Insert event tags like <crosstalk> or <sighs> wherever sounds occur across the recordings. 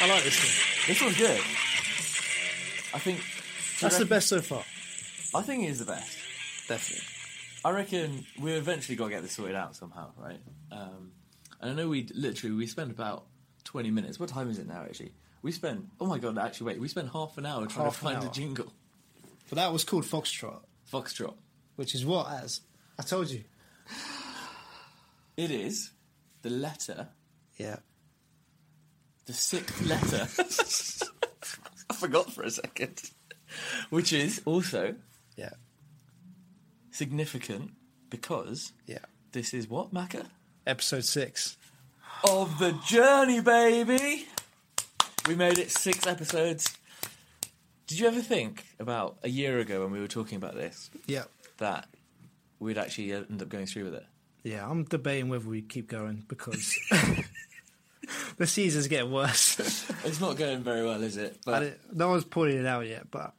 I like this one. This one's good. I think. do you That's the reckon- best so far. I think it is the best. Definitely. I reckon we eventually got to get this sorted out somehow, right? Um, and I know we literally we spent about twenty minutes. What time is it now? Actually, we spent. Oh my god! Actually, wait. We spent half an hour trying Half to an find a hour. jingle. But that was called Foxtrot, Foxtrot. which is what as I told you. It is the letter, Yeah. the sixth letter. <laughs> I forgot for a second. Which is also Yeah. significant because Yeah. this is what Macca Episode six. of the journey, baby. We made it six episodes. Did you ever think about a year ago when we were talking about this Yeah. that we'd actually end up going through with it? Yeah, I'm debating whether we keep going <laughs> because the season's getting worse. It's not going very well, is it? I But didn't- no one's pointed it out yet, but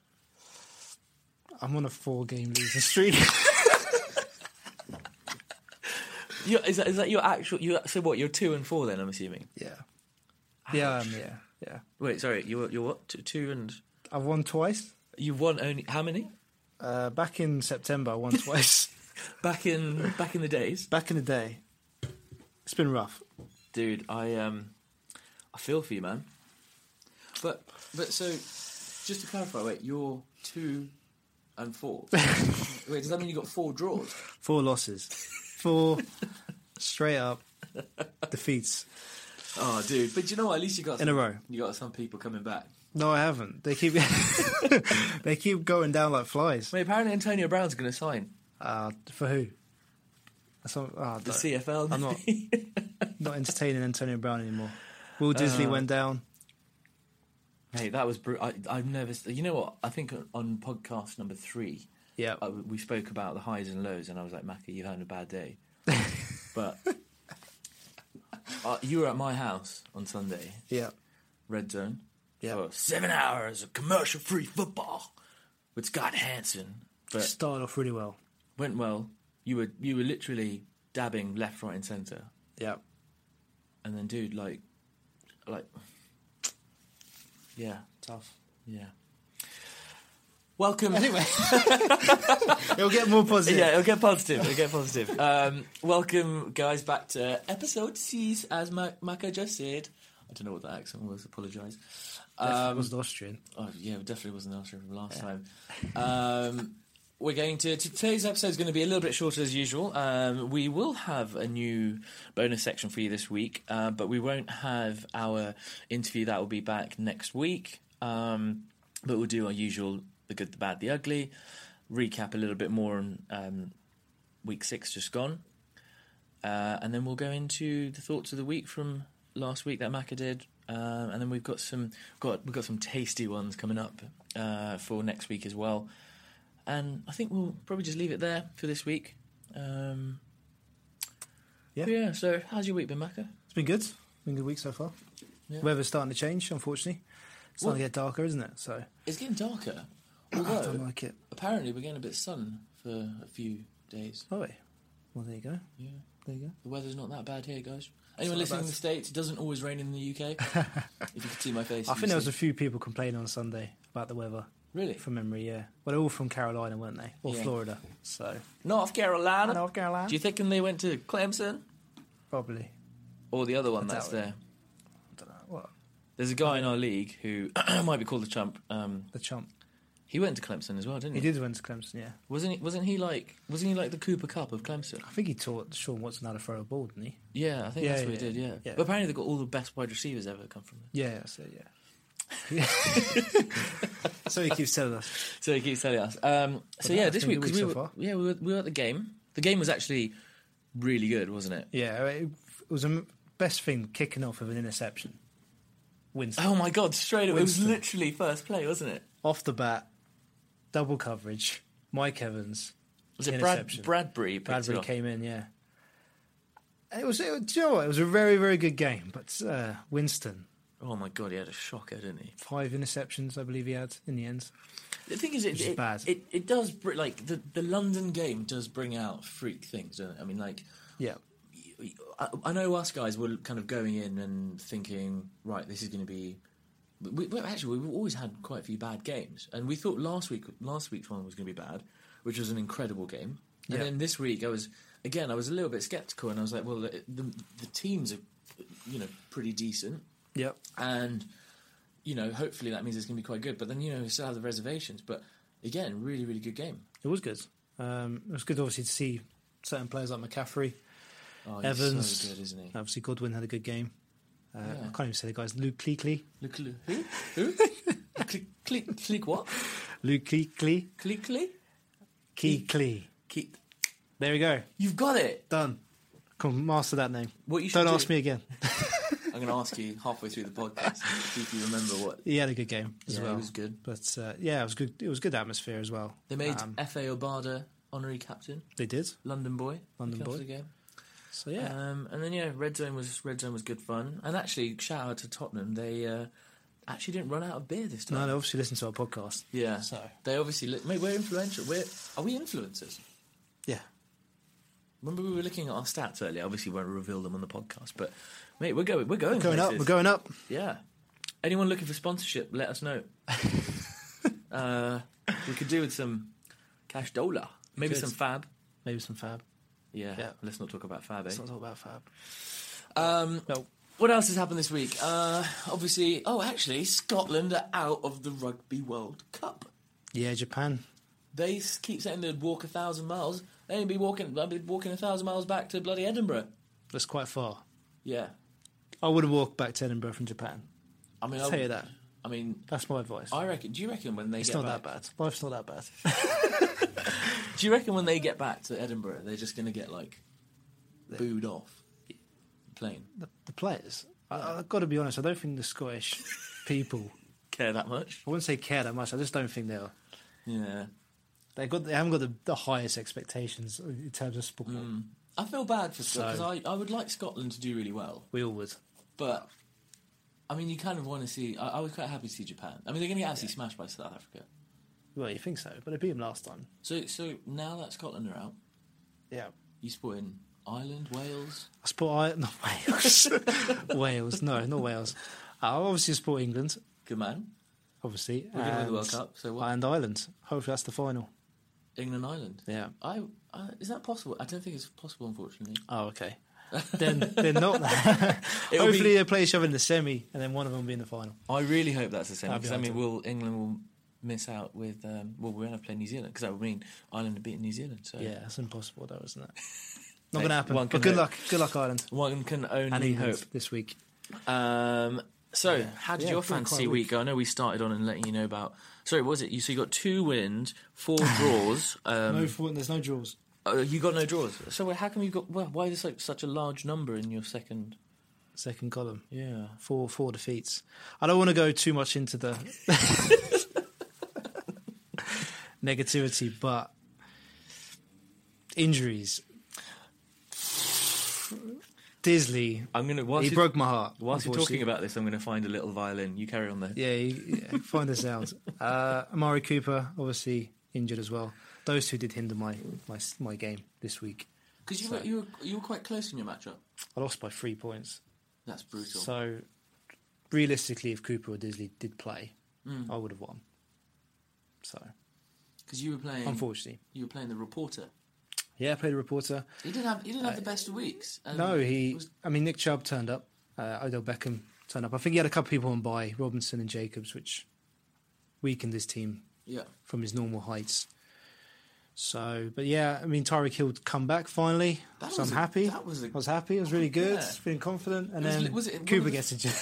I'm on a four game losing streak. <laughs> you, is, that, is that your actual? You so what? You're two and four then. I'm assuming. yeah. Yeah, um, yeah, yeah. Wait, sorry. You're you're what? Two, two and I've won twice. you won only how many? Uh, back in September, I won twice. Back in back in the days, <laughs> back in the day, it's been rough. dude. I um, I feel for you, man. But but so, just to clarify, wait, you're two <laughs> and four. wait, does that mean you got four draws? Four losses, four straight up defeats. Oh, dude. But you know what? At least you got In some, a row. You got some people coming back. No, I haven't. They keep <laughs> they keep going down like flies. Wait, apparently Antonio Brown's going to sign Uh, for who? That's not, ah, the don't- CFL. <laughs> I'm not not entertaining Antonio Brown anymore. Uh, Will Disley went down. Hey, that was brutal. I, I've never. s- You know what? I think on- on podcast number three, Yeah. I, uh, we spoke about the highs and lows, and I was like, Mackie, you're having a <laughs> bad day. but uh, you were at my house on Sunday, Yeah, Red Zone, Yeah. for seven hours of commercial free football with Scott Hansen. But started off really well. went well. You were you were literally dabbing left, right, and centre. Yeah, And then, dude, like, like, yeah, tough. yeah. Welcome. Anyway, it'll get more positive. Yeah, it'll get positive. It'll get positive. Um, welcome, guys, back to episode six. As Ma- Maka just said, I don't know what that accent was. Apologise. Definitely was Austrian. Oh, yeah, it definitely wasn't the answer from last time. Um, <laughs> we're going to today's episode is going to be a little bit shorter as usual. Um, we will have a new bonus section for you this week, uh, but we won't have our interview. That will be back next week. Um, but we'll do our usual: the good, the bad, the ugly. Recap a little bit more on um, week six just gone, uh, and then we'll go into the thoughts of the week from last week that Maka did, um, and then we've got some got we've got some tasty ones coming up uh, for next week as well. And I think we'll probably just leave it there for this week. Um, Yeah. yeah. So, how's your week been, Maka? It's been good. Been a good week so far. Weather's starting to change, unfortunately. It's starting to get darker, isn't it? So It's getting darker. <clears throat> I Although, don't like it. apparently, we're getting a bit of sun for a few days. Oh, wait. well, there you go. Yeah. There you go. The weather's not that bad here, guys. Anyone not listening bad. in the States, it doesn't always rain in the <laughs> UK. if you could see my face. I you'd think there was see. a few people complaining on Sunday about the weather. Really? From memory, yeah. Well, they're all from Carolina, weren't they? Or Yeah. Florida. So, North Carolina. North Carolina. Do you think they went to Clemson? probably. Or the other one that's doubt it. there? I don't know. What? There's a guy in our league who <clears throat> might be called the chump. Um, The chump. he went to Clemson as well, didn't He he? did win to Clemson, yeah. Wasn't he? Wasn't he like? Wasn't he like the Cooper Cup of Clemson? I think he taught Sean Watson how to throw a ball, didn't he? Yeah, I think Yeah, that's what yeah, he did. Yeah. yeah. But apparently they got all the best wide receivers ever come from there. Yeah, so yeah. <laughs> so he keeps telling us. So he keeps telling us. Um, so yeah, that's this been a week good 'cause week we so were far. yeah we were, we were at the game. The game was actually really good, wasn't it? Yeah, it was the best thing kicking off with an interception. Winston. Oh my god! Straight away, it was Winston. literally first play, wasn't it? Off the bat, double coverage. Mike Evans. Was it Brad interception. Bradbury? picked it Bradbury up? came in, yeah. It was, it, do you know what? It was a very, very good game. But uh, Winston, Oh my god, he had a shocker, didn't he? five interceptions, I believe he had in the end. The thing is, it Which is it, bad. it it does br- like the the London game does bring out freak things, doesn't it? I mean, like Yeah. I, I know us guys were kind of going in and thinking, right, this is going to be. We, we, actually, we've always had quite a few bad games, and we thought last week last week's one was going to be bad, which was an incredible game. Yeah. And then this week, I was again, I was a little bit skeptical, and I was like, well, the, the, the teams are, you know, pretty decent, Yep. and you know, hopefully that means it's going to be quite good. But then you know, we still have the reservations. But again, really, really good game. It was good. Um, it was good, obviously, to see certain players like McCaffrey. Oh, he's Evans. Uh, so good, isn't he? Obviously, Godwin had a good game. Uh, I Yeah. can't even say the guys. Luke Kuechly. Look, look, who? <laughs> Who? click, click, click, what? Luke Kuechly. Click, click. Kuechly. Keep. There we go. You've got it. Done. Come on, master that name. What you should Don't do- ask me again. I'm going to ask you halfway through the podcast see if you remember what. He had a good game as Yeah, it well. was good. But uh, yeah, it was good. It was good atmosphere as well. They made Um, F.A. Obada honorary captain, they did. London boy. London after boy. The game. So yeah, Um, and then yeah, red zone was red zone was good fun. And actually, shout out to Tottenham. They uh, actually didn't run out of beer this time. no, they obviously listened to our podcast. Yeah. So They obviously look. Mate, we're influential. We're are we influencers? yeah, Remember we were looking at our stats earlier. Obviously, won't reveal them on the podcast, but mate, we're going. We're going. going up. places. We're going up. Yeah. Anyone looking for sponsorship, let <laughs> us know. uh, we could do with some cash dollar, maybe could. some fab. Maybe some fab. Yeah. Yeah. Let's not talk about fab. Eh? Let's not talk about fab. Um, No. What else has happened this week? Uh, obviously, oh, actually, Scotland are out of the Rugby World Cup. Yeah, Japan. They s- keep saying they'd walk a thousand miles. They'd be walking, they'd be walking a thousand miles back to bloody Edinburgh. That's quite far. Yeah, I would have walked back to Edinburgh from Japan. I mean, I'll I, tell you that. I mean, That's my advice. I reckon. Do you reckon when they it's get not back, that bad. Life's not that bad. <laughs> Do you reckon when they get back to Edinburgh, they're just going to get like booed off the plane? the, the players. I, I've got to be honest. I don't think the <laughs> Scottish people. Care that much? I wouldn't say care that much. I just don't think they'll. Yeah. They got. They haven't got the, the highest expectations in terms of sport. I feel bad for Scotland because I, I would like Scotland to do really well, We all would. but I mean, you kind of want to see. I, I was quite happy to see Japan. I mean, they're going to get absolutely smashed by South Africa. Well, you think so? But they beat them last time. So, so now that Scotland are out, Yeah. you supporting Ireland, Wales. I support I <laughs> not Wales. Wales, no, not Wales. Uh, I obviously support England, Good man. obviously. We're gonna win the and- World Cup, so what? and Ireland. Hopefully that's the final. England, Ireland. Yeah. I, I is that possible? I don't think it's possible, unfortunately. Oh, okay. <laughs> then they're <laughs> not. <laughs> It'll Hopefully be- they play each other in the semi, and then one of them will be in the final. I really hope that's the same That'd be because I mean, ideal. will England will miss out with um, well, we're going to play New Zealand because that would mean Ireland have beaten New Zealand. So Yeah, that's impossible, though, isn't <laughs> it? Not Mate, going to happen. one But can good hope. luck, good luck, Ireland one can only and England hope. this week. Um, so, how did Yeah, your it's been quite fantasy a week week. go? I know we started on and letting you know about. Sorry, what was it? You so you got two wins, four <sighs> draws. Um, no, for, there's no draws. uh, you got no draws. So wait, how come you got? Well, why is this like such a large number in your second? Second column. Yeah. Four, four defeats. I don't want to go too much into the <laughs> negativity, but injuries. Disney. I'm gonna. Whilst He you- broke my heart. Whilst you're unfortunately. talking about this, I'm gonna find a little violin. You carry on there. Yeah, you, yeah find us out. Uh, Amari Cooper obviously injured as well. Those two did hinder my my s- my game this week. Because you, were, you, were, you were quite close in your matchup. I lost by three points. That's brutal. So realistically, if Cooper or Disley did play, Hmm. I would have won. So Because you were playing. unfortunately, You were playing the reporter. yeah, I played a reporter. He didn't have. He didn't have the best of weeks. Um, Uh, No, he. was- I mean, Nick Chubb turned up. Uh, Odell Beckham turned up. I think he had a couple people on by Robinson and Jacobs, which weakened his team yeah. from his normal heights. So, but yeah, I mean, Tyreek Hill come back finally, That so I'm was a- happy. that was a- I was happy. It was really good. Yeah. Feeling confident, and It was then li- was it- Cooper was- gets injured.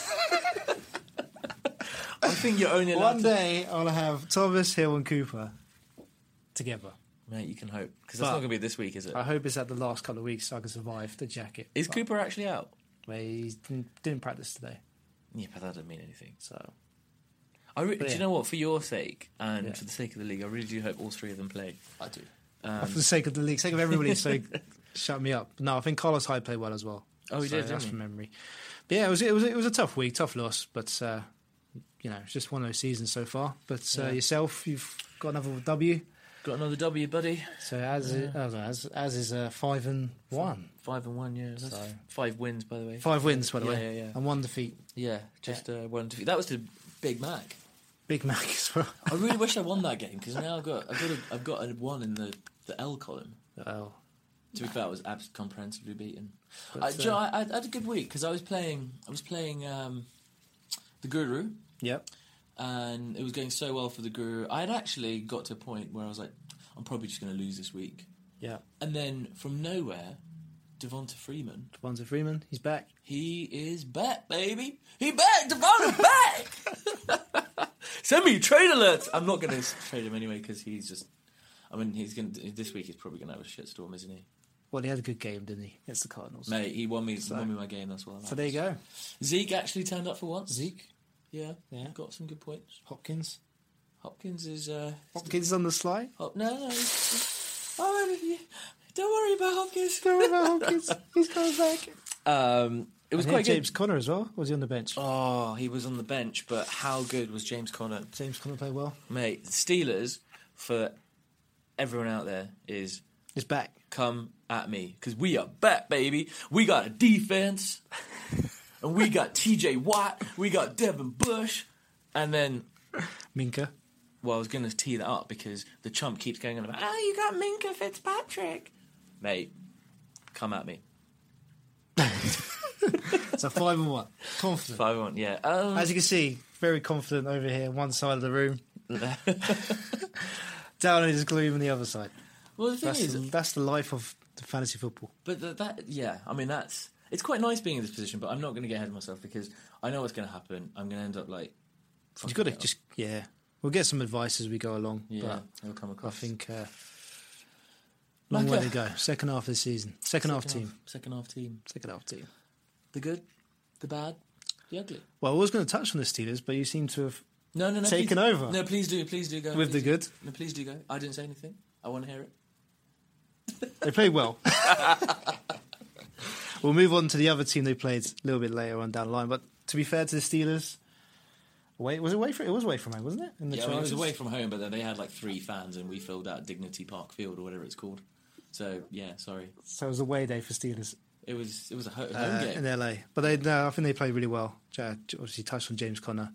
I think you're only allowed One to- day I'll have Thomas Hill and Cooper together. Mate, you can hope because that's But- not gonna be this week, is it? Is I hope it's at the last couple of weeks so I can survive the jacket. But Cooper actually out? he didn't, didn't practice today, Yeah, but that doesn't mean anything. so I re- Do yeah. you know what? For your sake and Yeah. for the sake of the league, I really do hope all three of them play. Um, I do. for the sake of the league, sake of everybody, so <laughs> shut me up. No, I think Carlos Hyde played well as well. Oh, he So did, didn't That's he? from memory. But yeah, it was it was it was a tough week, tough loss, but uh, you know, it's just one of those seasons so far. But uh, Yeah. yourself, you've got another W. Got another W, buddy. So as as as, as is uh, five and one, Five and one, yeah. That's So- Five wins, by the way. five wins by the Yeah, way, yeah, yeah. and one defeat. Yeah, just Uh, one defeat. That was to Big Mac. Big Mac as well. I really wish I won that game because now I've got I've got a, I've got a one in the, the L column. oh, To be fair, I was abs- comprehensively beaten. I, Joe, I, I had a good week because I was playing I was playing um, the Guru yep. and it was going so well for the Guru. I had actually got to a point where I was like, I'm probably just going to lose this week. Yeah, And then from nowhere, Devonta Freeman, Devonta Freeman, he's back. he is back, baby. He back, Devonta back. <laughs> Send me trade alerts. I'm not going to trade him anyway because he's just. I mean, he's going to this week. He's probably going to have a shitstorm, isn't he? Well, he had a good game, didn't he? Against the Cardinals. Mate, he won me, won me my game. That's what I like. So there you go. Zeke actually turned up for once. Zeke, yeah, Yeah. got some good points. Hopkins, Hopkins is. Uh, Hopkins on the slide. Hop- no, no. he's- Oh, yeah. don't worry about Hopkins. Hopkins, he's coming back. <laughs> Um, it was And quite then good. James Conner as well. Was he on the bench? Oh, he was on the bench, but how good was James Conner? James Conner played well. Mate, Steelers, for everyone out there, is He's back. come at me because we are back, baby. We got <laughs> a defense, and we got TJ Watt, we got Devin Bush, and then. Minka. Well, I was going to tee that up because the chump keeps going on about, oh, you got Minka Fitzpatrick. Mate, come at me. So five and one. Confident. 5 1, yeah. <laughs> Um, As you can see, very confident over here, one side of the <laughs> room. Down in his gloom on the other side. well, the thing That's is, the, that's the life of the fantasy football. But th- that, yeah, I mean, that's it's quite nice being in this position. But I'm not going to get ahead of myself because I know what's going to happen. I'm going to end up like You've got to fucking it just yeah. We'll get some advice as we go along. up. yeah, But it'll come I across. think uh, long Like way a- to go. Second half of the season. Second, half team. second half team, Second half team. the good, the bad, the ugly. Well, I was going to touch on the Steelers, but you seem to have No, no, no. Taken please- over. No, please do, please do go with the please do. good. No, please do go. I didn't say anything. I want to hear it. They played <laughs> well. we'll move on to the other team they played a little bit later on down the line. But to be fair to the Steelers, away was it away from it was away from home, wasn't it? In the Yeah, I mean, it was Chargers? away from home, but then they had like three fans, and we filled out Dignity Park Field or whatever it's called. So yeah, sorry. So it was away day for Steelers It was it was a ho- home uh, game. in LA. But they, no, I think they played really well. Ja- Obviously, touched on James Conner,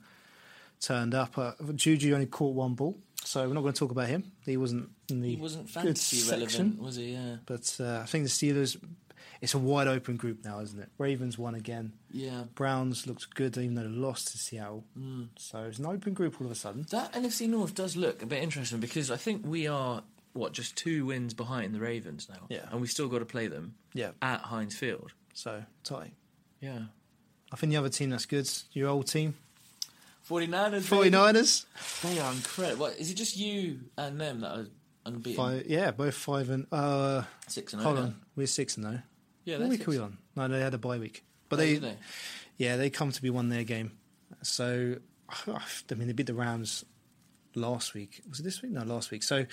turned up. Uh, Juju only caught one ball, so we're not going to talk about him. He wasn't in the It wasn't good fantasy relevant, section. was it? Yeah, But uh, I think the Steelers, it's a wide open group now, isn't it? Ravens won again. yeah. Mm. Browns looked good, even though they lost to Seattle. So it's an open group all of a sudden. That NFC North does look a bit interesting because I think we are what just two wins behind the Ravens now, Yeah. and we still got to play them Yeah. at Heinz Field. So tight. Yeah, I think the other team that's good, your old team, 49ers. 49ers. They are incredible. What, is it just you and them that are unbeaten? Five, yeah, both five and uh, Six and oh, hold yeah. on, we're six and oh. no. Yeah, what they're week six. are we on? No, they had a bye week, but Oh, they, did they? yeah, they come to be one their game. So I mean, they beat the Rams last week. Was it this week? No, last week. So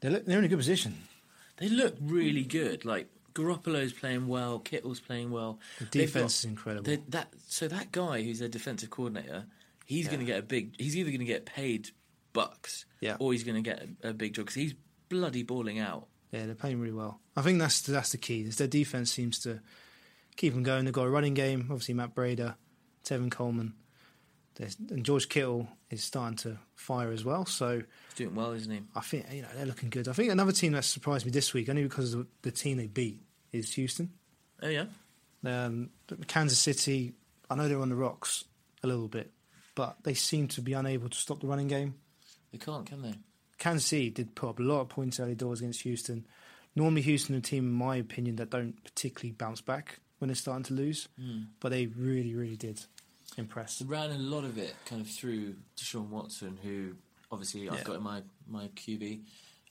they're look- they're in a good position. They look really good. Like Garoppolo's playing well. Kittle's playing well. The They've defense got- is incredible. they- that so that guy who's their defensive coordinator, he's going to get a big. He's either going to get paid bucks, Yeah. or he's going to get a, a big job because he's bloody balling out. Yeah, they're playing really well. I think that's that's the key. Is their defense seems to keep them going. They've got a running game. Obviously, Matt Brader, Tevin Coleman, There's, and George Kittle is starting to fire as well. So He's doing well, isn't he? I think you know they're looking good. I think another team that surprised me this week, only because of the team they beat, is Houston. Oh yeah, Um, Kansas City. I know they're on the rocks a little bit, but they seem to be unable to stop the running game. they can't, can they? Kansas City did put up a lot of points early doors against Houston. Normally, Houston are a team, in my opinion, that don't particularly bounce back when they're starting to lose, but they really, really did impress. They ran a lot of it kind of through Deshaun Watson, who obviously Yeah. I've got in my my QB.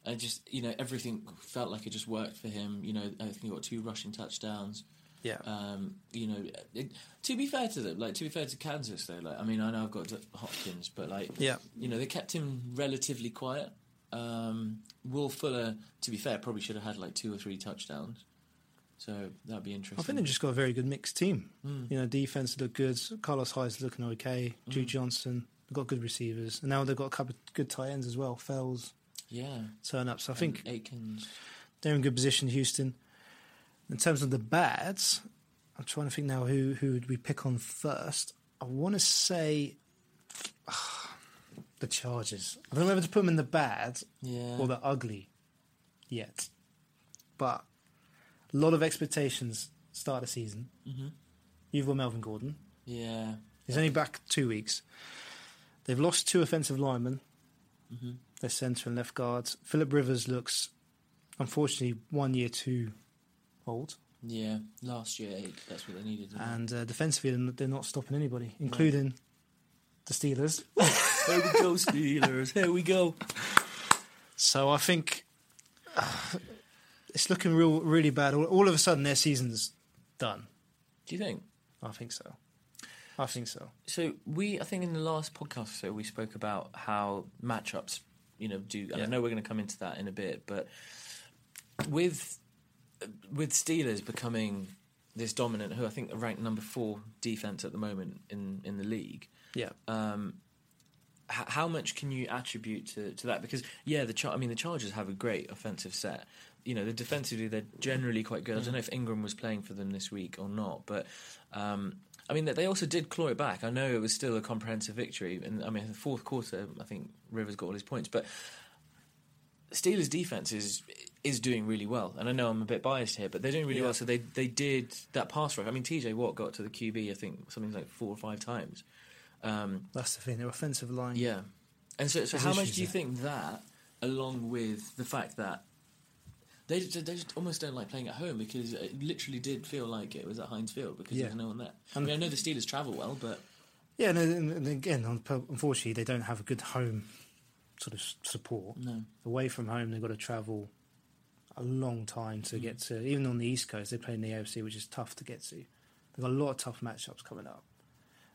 And just you know, everything felt like it just worked for him. You know, I think he got two rushing touchdowns. Yeah, Um, you know, it, to be fair to them, like to be fair to Kansas, though, like I mean, I know I've got Hopkins, but like, Yeah. you know, they kept him relatively quiet. Um, Will Fuller, to be fair, probably should have had like two or three touchdowns. So that'd be interesting. I think they've just got a very good mixed team. You know, defense look good. Carlos Hyde's looking okay. Drew Johnson, they've got good receivers, and now they've got a couple of good tight ends as well. Fells, yeah, turn ups. I think Aikens. they're in good position, Houston. In terms of the bads, I'm trying to think now who who would we pick on first. I want to say <sighs> the Chargers. I don't know whether to put them in the bad Yeah. or the ugly yet, but a lot of expectations start the season. Mm-hmm. You've got Melvin Gordon. Yeah, He's only back two weeks. They've lost two offensive linemen, Mm-hmm. their centre and left guards. Philip Rivers looks, unfortunately, one year too old. yeah. Last year, eight, that's what they needed. didn't And uh, defensively, they're not- they're not stopping anybody, including the <laughs> Steelers. they? Here we go, Steelers. Here we go. So I think uh, it's looking real, really bad. All, all of a sudden, their season's done. Do you think? I think so. I think so. So we, I think, in the last podcast, or so we spoke about how matchups, you know, do. And I Yeah. know we're going to come into that in a bit, but with with Steelers becoming this dominant, who I think are ranked number four defense at the moment in in the league, Yeah. Uh, h- how much can you attribute to, to that? Because yeah, the Char- I mean the Chargers have a great offensive set. You know, the defensively they're generally quite good. I don't know if Ingram was playing for them this week or not, but um, I mean they- they also did claw it back. I know it was still a comprehensive victory, and I mean in the fourth quarter I think Rivers got all his points, but Steelers defense is is doing really well, and I know I'm a bit biased here, but they're doing really well. So they they did that pass rush. I mean, T.J. Watt got to the QB I think something like four or five times. That's the thing. Their offensive line. Yeah. And so, so how much issues do you there. think that, along with the fact that they just, they just almost don't like playing at home because it literally did feel like it was at Heinz Field because Yeah. there was no one there. I mean, I know the Steelers travel well, but Yeah, and, and and again, un- unfortunately, they don't have a good home sort of s- support. No. Away from home, they've got to travel a long time to get Mm. to. Even on the East Coast, they play in the AFC, which is tough to get to. They've got a lot of tough matchups coming up.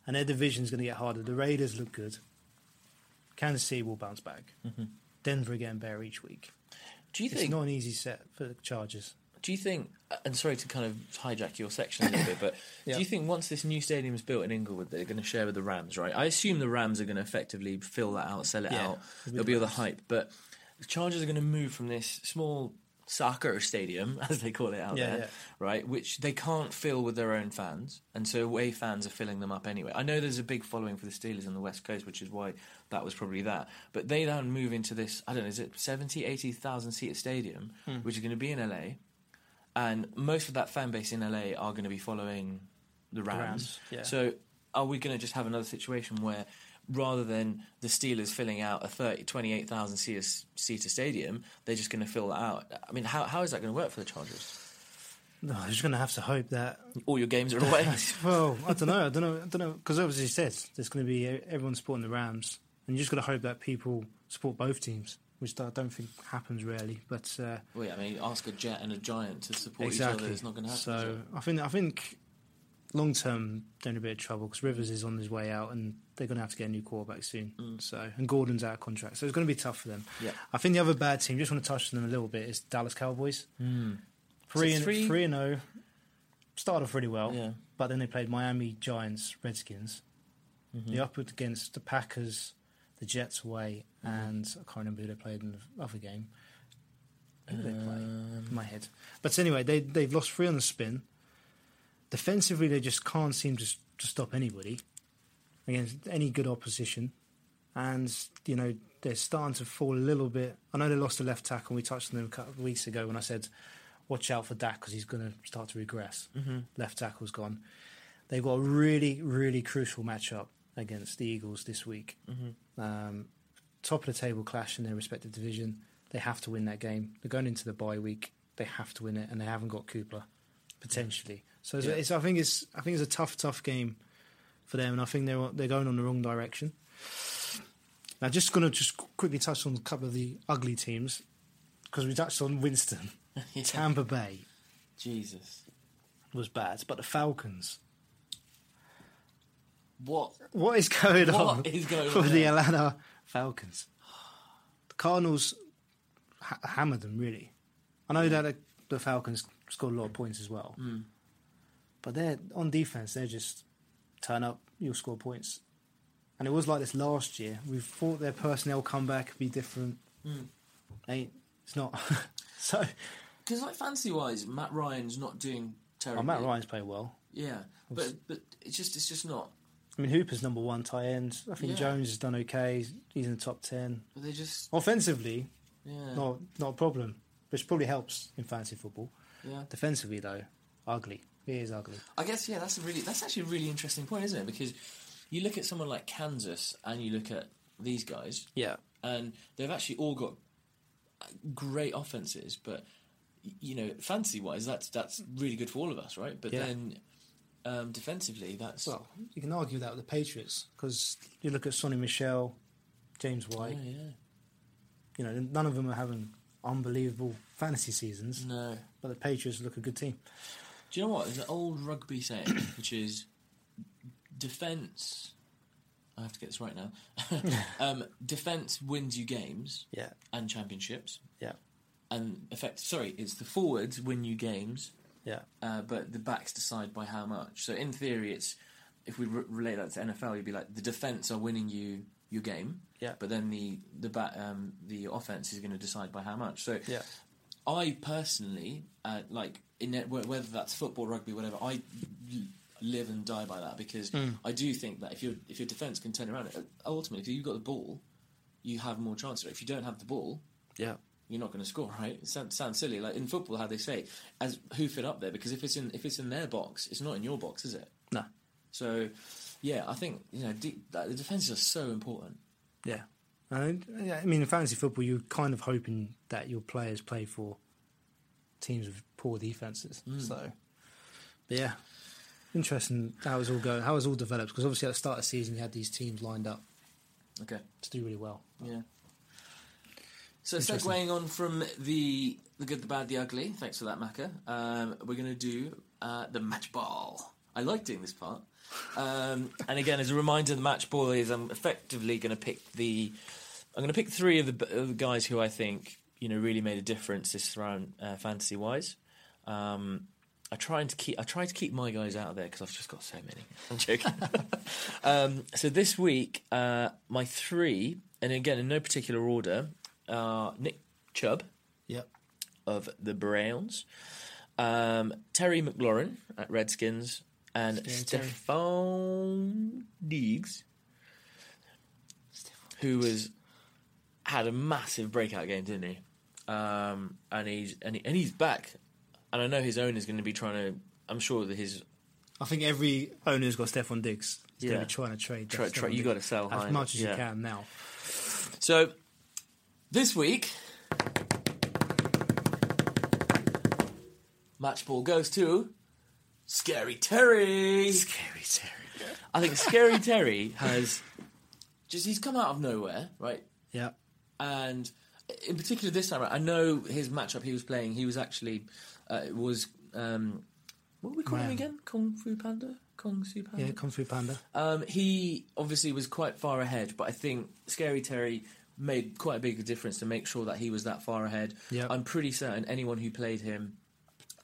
And their division's going to get harder. The Raiders look good. Kansas City will bounce back. Denver again, bear each week. do you It's Mm-hmm. think? not an easy set for the Chargers. do you think? And sorry to kind of hijack your section a little bit, <coughs> but Yeah. do you think once this new stadium is built in Inglewood, they're going to share with the Rams, right? I assume the Rams are going to effectively fill that out, sell it Yeah, out. it'll be There'll the be all the hype, but the Chargers are going to move from this small soccer stadium, <laughs> as they call it out Yeah, there, yeah. right? Which they can't fill with their own fans, and so away fans are filling them up anyway. I know there's a big following for the Steelers on the West Coast, which is why that was probably that. But they then move into this, I don't know, is it 70, 80,000 seat stadium, Hmm. which is going to be in LA, and most of that fan base in LA are going to be following the Rams. Rams, yeah. So are we going to just have another situation where rather than the Steelers filling out a 30, 28,000 seater, seater stadium, they're just going to fill that out? I mean, how, how is that going to work for the Chargers? No, they're just going to have to hope that All your games are <laughs> away. Well, I don't know. I don't know. I don't know because obviously it says there's going to be e-, everyone supporting the Rams, and you just got to hope that people support both teams, which I don't think happens rarely. But uh, well, yeah, I mean, ask a Jet and a Giant to support each exactly, other. It's not going to happen. is So it? I think I think long term they're in a bit of trouble because Rivers is on his way out, and they're going to have to get a new quarterback soon. So and Gordon's out of contract, so it's going to be tough for them. Mm. Yeah. I think the other bad team, just want to touch on them a little bit, is Dallas Cowboys. Three it and Mm. three? three and oh. zero. Started off really well, Yeah. but then they played Miami, Giants, Redskins. They up against the Packers, the Jets away, and I can't remember who they played in the other game. Who did they play? In my head. But anyway, they they've lost three on the spin. Defensively, they just can't seem to s- to stop anybody against any good opposition, and you know they're starting to fall a little bit. I know they lost a left tackle. We touched on them a couple of weeks ago when I said, "Watch out for Dak because he's going to start to regress." Mm-hmm. Left tackle's gone. They've got a really, really crucial matchup against the Eagles this week. Um, top of the table clash in their respective division. They have to win that game. They're going into the bye week. They have to win it, and they haven't got Cooper potentially. So it's, it's, I think it's I think it's a tough, tough game for them, and I think they're they're going on the wrong direction. Now, just going to just quickly touch on a couple of the ugly teams because we touched on Winston, <laughs> Tampa Bay Jesus. was bad, but the Falcons. What? What is going What on? is going for on the there? Atlanta Falcons? The Cardinals ha- hammered them really. I know that uh, the Falcons scored a lot of points as well, Hmm. but they're on defense. They're just turn up, you'll score points. And it was like this last year. We thought their personnel comeback could be different. Hmm. Ain't it's not. <laughs> so Because like fancy wise, Matt Ryan's not doing terribly. oh, Matt Ryan's played well. Yeah, but but it's just it's just not. I mean, Hooper's number one tight end. I think Yeah. Jones has done okay. He's in the top ten. But they just Offensively, yeah not not a problem, which probably helps in fantasy football. yeah. Defensively though, ugly. It is ugly. I guess yeah, that's a really that's actually a really interesting point, isn't it? Because you look at someone like Kansas and you look at these guys, Yeah. and they've actually all got great offenses, but y- you know, fancy wise, that's that's really good for all of us, right? But Yeah. then um, defensively, that's Well, you can argue that with the Patriots because you look at Sonny Michelle, James White. yeah, yeah, You know, none of them are having unbelievable fantasy seasons, no. but the Patriots look a good team. Do you know what? There's an old rugby saying, <coughs> which is defense. I have to get this right now. <laughs> um, defense wins you games Yeah. and championships, Yeah. and effect. Sorry, it's the forwards win you games, Yeah. uh, but the backs decide by how much. So in theory, it's if we re- relate that to NFL, you'd be like the defense are winning you your game, Yeah. but then the the bat um, the offense is going to decide by how much. So Yeah. I personally uh, like in it, wh- whether that's football, rugby, whatever. I l- live and die by that because Hmm. I do think that if your if your defense can turn around, uh, ultimately, if you've got the ball, you have more chances. If you don't have the ball, Yeah. you're not going to score, right? It sounds, sounds silly. Like in football, how they say, as hoof it up there, because if it's in if it's in their box, it's not in your box, is it? No. So, yeah, I think you know de- like, the defenses are so important. Yeah. And, yeah, I mean, in fantasy football, you're kind of hoping that your players play for teams with poor defenses. So, but yeah, interesting how it's all going, how it's all developed. Because obviously, at the start of the season, you had these teams lined up Okay, to do really well. yeah. So segueing on from the the good, the bad, the ugly. Thanks for that, Maka. Um, we're going to do uh, the match ball. I like doing this part. Um, and again, as a reminder, the match ball is I'm effectively going to pick the I'm going to pick three of the, b- of the guys who I think you know really made a difference this round, uh, fantasy wise. Um, I try to keep I try to keep my guys out of there because I've just got so many. I'm joking. um, so this week, uh, my three, and again in no particular order, are Nick Chubb Yep. of the Browns, um, Terry McLaurin at Redskins, and Terry. Stephon Diggs, who was had a massive breakout game, didn't he? Um, and he's and, he, and he's back, and I know his owner's going to be trying to. I'm sure that his I think every owner's got Stefan Diggs. He's going Yeah. to be trying to trade. that Try- try- Stephon you Diggs gotta sell high, as much as yeah. you can now. So this week, match ball goes to Scary Terry. Scary Terry. I think Scary Terry has just he's come out of nowhere, right? Yeah. And in particular this time, I know his matchup he was playing. He was actually uh, it was um, what do we call him Man. again? Kung Fu Panda, Kung Fu Panda. Yeah. Kung Fu Panda. Um, he obviously was quite far ahead, but I think Scary Terry made quite a big difference to make sure that he was that far ahead. Yep. I'm pretty certain anyone who played him